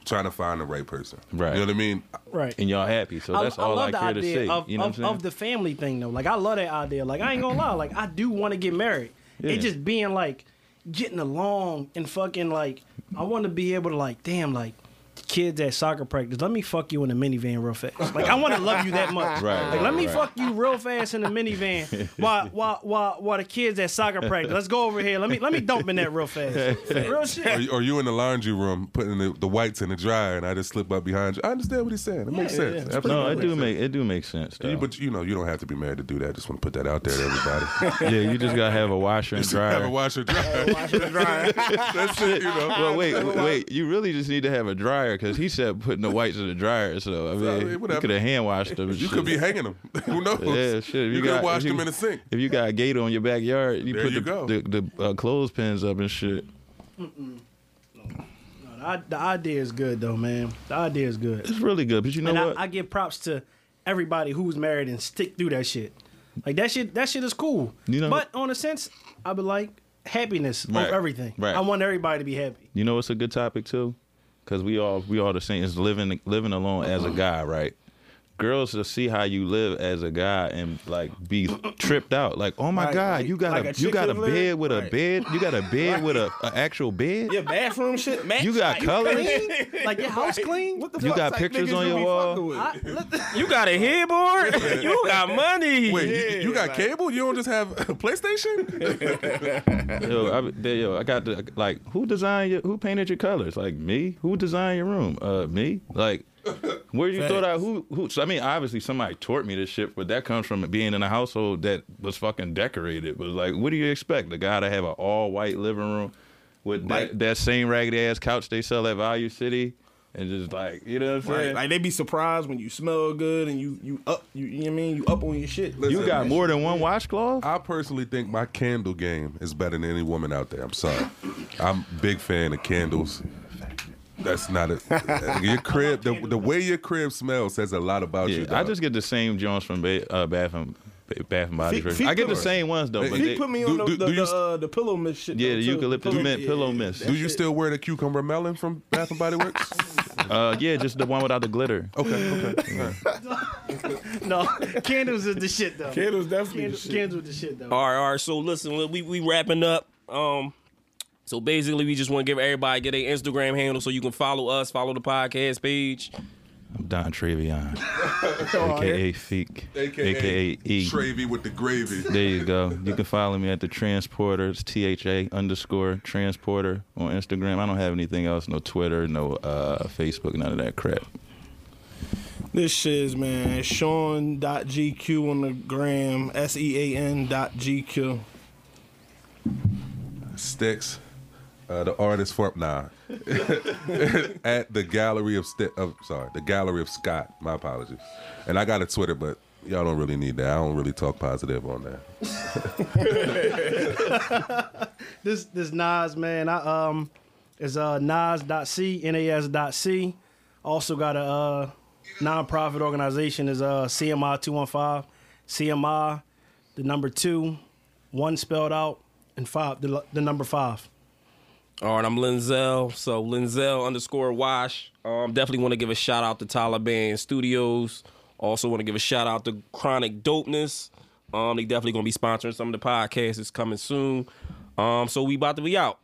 Speaker 2: trying to find the right person.
Speaker 4: Right.
Speaker 2: You know what I mean?
Speaker 1: Right.
Speaker 4: and y'all happy. So
Speaker 1: I-
Speaker 4: that's
Speaker 1: I,
Speaker 4: all
Speaker 1: love
Speaker 4: I
Speaker 1: the
Speaker 4: care to
Speaker 1: idea
Speaker 4: say.
Speaker 1: Of,
Speaker 4: you know what
Speaker 1: of,
Speaker 4: I'm saying?
Speaker 1: of the family thing though. Like I love that idea. Like I ain't gonna lie. Like I do want to get married.
Speaker 4: Yeah.
Speaker 1: It just being like getting along and fucking like I want to be able to like damn like kids at soccer practice. Let me fuck you in the minivan real fast. Like I want to love you that much.
Speaker 4: Right,
Speaker 1: Like
Speaker 4: right,
Speaker 1: let me
Speaker 4: right.
Speaker 1: fuck you real fast in the minivan while while while while the kids at soccer practice. Let's go over here. Let me let me dump in that real fast. Real
Speaker 2: Or,
Speaker 1: shit.
Speaker 2: you- or you in the laundry room putting the, the whites in the dryer and I just slip up behind you. I understand what he's saying. It makes
Speaker 1: yeah,
Speaker 2: sense.
Speaker 1: yeah.
Speaker 2: Absolutely.
Speaker 4: no, it do make it do make sense. Though.
Speaker 2: You- But you know, you don't have to be married to do that. I just want to put that out there to everybody.
Speaker 4: yeah, you just gotta have a washer and
Speaker 2: have a
Speaker 4: dryer.
Speaker 2: washer dryer. That's it, you know.
Speaker 4: Well, wait, wait. You really just need to have a dryer because he said putting the whites in the dryer. So I
Speaker 2: I mean,
Speaker 4: mean, you
Speaker 2: whatever.
Speaker 4: could have hand washed them. and
Speaker 2: You
Speaker 4: shit.
Speaker 2: could be hanging them. Who knows?
Speaker 4: Yeah, shit. if
Speaker 2: You, could
Speaker 4: got-
Speaker 2: wash
Speaker 4: if you-
Speaker 2: them in the sink.
Speaker 4: If you got a gator on your backyard, you
Speaker 2: There
Speaker 4: put
Speaker 2: you
Speaker 4: the,
Speaker 2: go.
Speaker 4: the, the uh, clothespins up and shit.
Speaker 1: The i- the idea is good though, man. The idea is good.
Speaker 4: It's really good. But you know
Speaker 1: and
Speaker 4: what?
Speaker 1: I, I give props to everybody who's married and stick through that shit. Like that shit, that shit is cool.
Speaker 4: You know-
Speaker 1: but on a sense, I be like happiness of
Speaker 4: Right,
Speaker 1: everything.
Speaker 4: right.
Speaker 1: I want everybody to be happy.
Speaker 4: You know, it's a good topic too, because we all we all the same. Is living living alone as a guy, right? Girls to see how you live as a guy and like be tripped out, like oh my
Speaker 3: Right,
Speaker 4: god,
Speaker 3: like-
Speaker 4: you got
Speaker 3: like
Speaker 4: a,
Speaker 3: a
Speaker 4: you
Speaker 3: chick
Speaker 4: got a
Speaker 3: live there?
Speaker 4: bed with a
Speaker 3: Right.
Speaker 4: bed, you got a bed with a, a actual bed,
Speaker 3: your bathroom shit, man.
Speaker 4: you got colors,
Speaker 1: Like your house clean.
Speaker 3: What the
Speaker 4: You
Speaker 3: fuck
Speaker 4: got
Speaker 3: type
Speaker 4: pictures
Speaker 3: niggas
Speaker 4: on
Speaker 3: you
Speaker 4: your
Speaker 3: be
Speaker 4: wall?
Speaker 3: fucking with?
Speaker 5: You got a headboard. you got money.
Speaker 2: Wait, you, you got cable? You don't just have PlayStation?
Speaker 4: yo, I, they- yo, I got the like who designed your who painted your colors? Like me? Who designed your room? Uh me? Like where you thought I who who so, I mean obviously somebody taught me this shit, but that comes from being in a household that was fucking decorated. But like what do you expect? The guy to have an all white living room with that, that same raggedy ass couch they sell at Value City and just like you know what I'm
Speaker 3: Right.
Speaker 4: saying?
Speaker 3: Like they be surprised when you smell good and you you up you, you know what I mean you up on your shit.
Speaker 4: you
Speaker 2: Listen,
Speaker 4: got more than one washcloth?
Speaker 2: I personally think my candle game is better than any woman out there. I'm sorry. I'm big fan of candles. That's not it. Your crib, the, the way your crib smells says a lot about you.
Speaker 4: Yeah, I
Speaker 2: dog.
Speaker 4: just get the same Jones from ba- uh, Bath and Bath and Body.
Speaker 3: Feet-
Speaker 4: Works.
Speaker 3: feet
Speaker 4: I get the
Speaker 3: pillows.
Speaker 4: same ones though. but
Speaker 3: He
Speaker 4: they-
Speaker 3: put me
Speaker 2: do-
Speaker 3: on the,
Speaker 2: do-
Speaker 3: the,
Speaker 2: do you
Speaker 3: the,
Speaker 2: s-
Speaker 3: uh, the pillow mist shit.
Speaker 4: Yeah,
Speaker 3: though,
Speaker 4: the
Speaker 3: too.
Speaker 4: eucalyptus mint pillow mist.
Speaker 2: Do you still wear the cucumber melon from Bath and Body Works?
Speaker 4: Uh, yeah, just the one without the glitter.
Speaker 2: Okay, okay.
Speaker 1: No, candles is the shit though.
Speaker 3: Candles definitely
Speaker 1: candles,
Speaker 3: the shit.
Speaker 1: candles is the shit though.
Speaker 5: All right, all right. So listen, we- we we wrapping up. Um, so basically, we just want to give everybody get their Instagram handle so you can follow us, follow the podcast page.
Speaker 4: I'm Don Trevion, aka Feek,
Speaker 2: AKA,
Speaker 4: aka E.
Speaker 2: Travy with the gravy.
Speaker 4: There you go. You can follow me at the Transporter. It's T H A underscore Transporter on Instagram. I don't have anything else. No Twitter, no uh, Facebook, none of that crap.
Speaker 3: This shit is man Sean.gq on the gram S E A N dot GQ.
Speaker 2: Sticks, uh, the artist for nah, at the gallery of Sti- of sorry, the gallery of Scott. My apologies. And I got a Twitter, but y'all don't really need that. I don't really talk positive on that.
Speaker 1: this this Nas man, I um is uh Nas.c, N-A-S.c. Also got a uh nonprofit organization is uh CMI two one five. CMI, the number two, one spelled out, and five the, the number five.
Speaker 5: All right, I'm Linzel. So Linzel underscore Wash. Um, definitely want to give a shout out to Taliban Studios. Also want to give a shout out to Chronic Dopeness. Um, they definitely gonna be sponsoring some of the podcasts that's coming soon. Um, so we about to be out.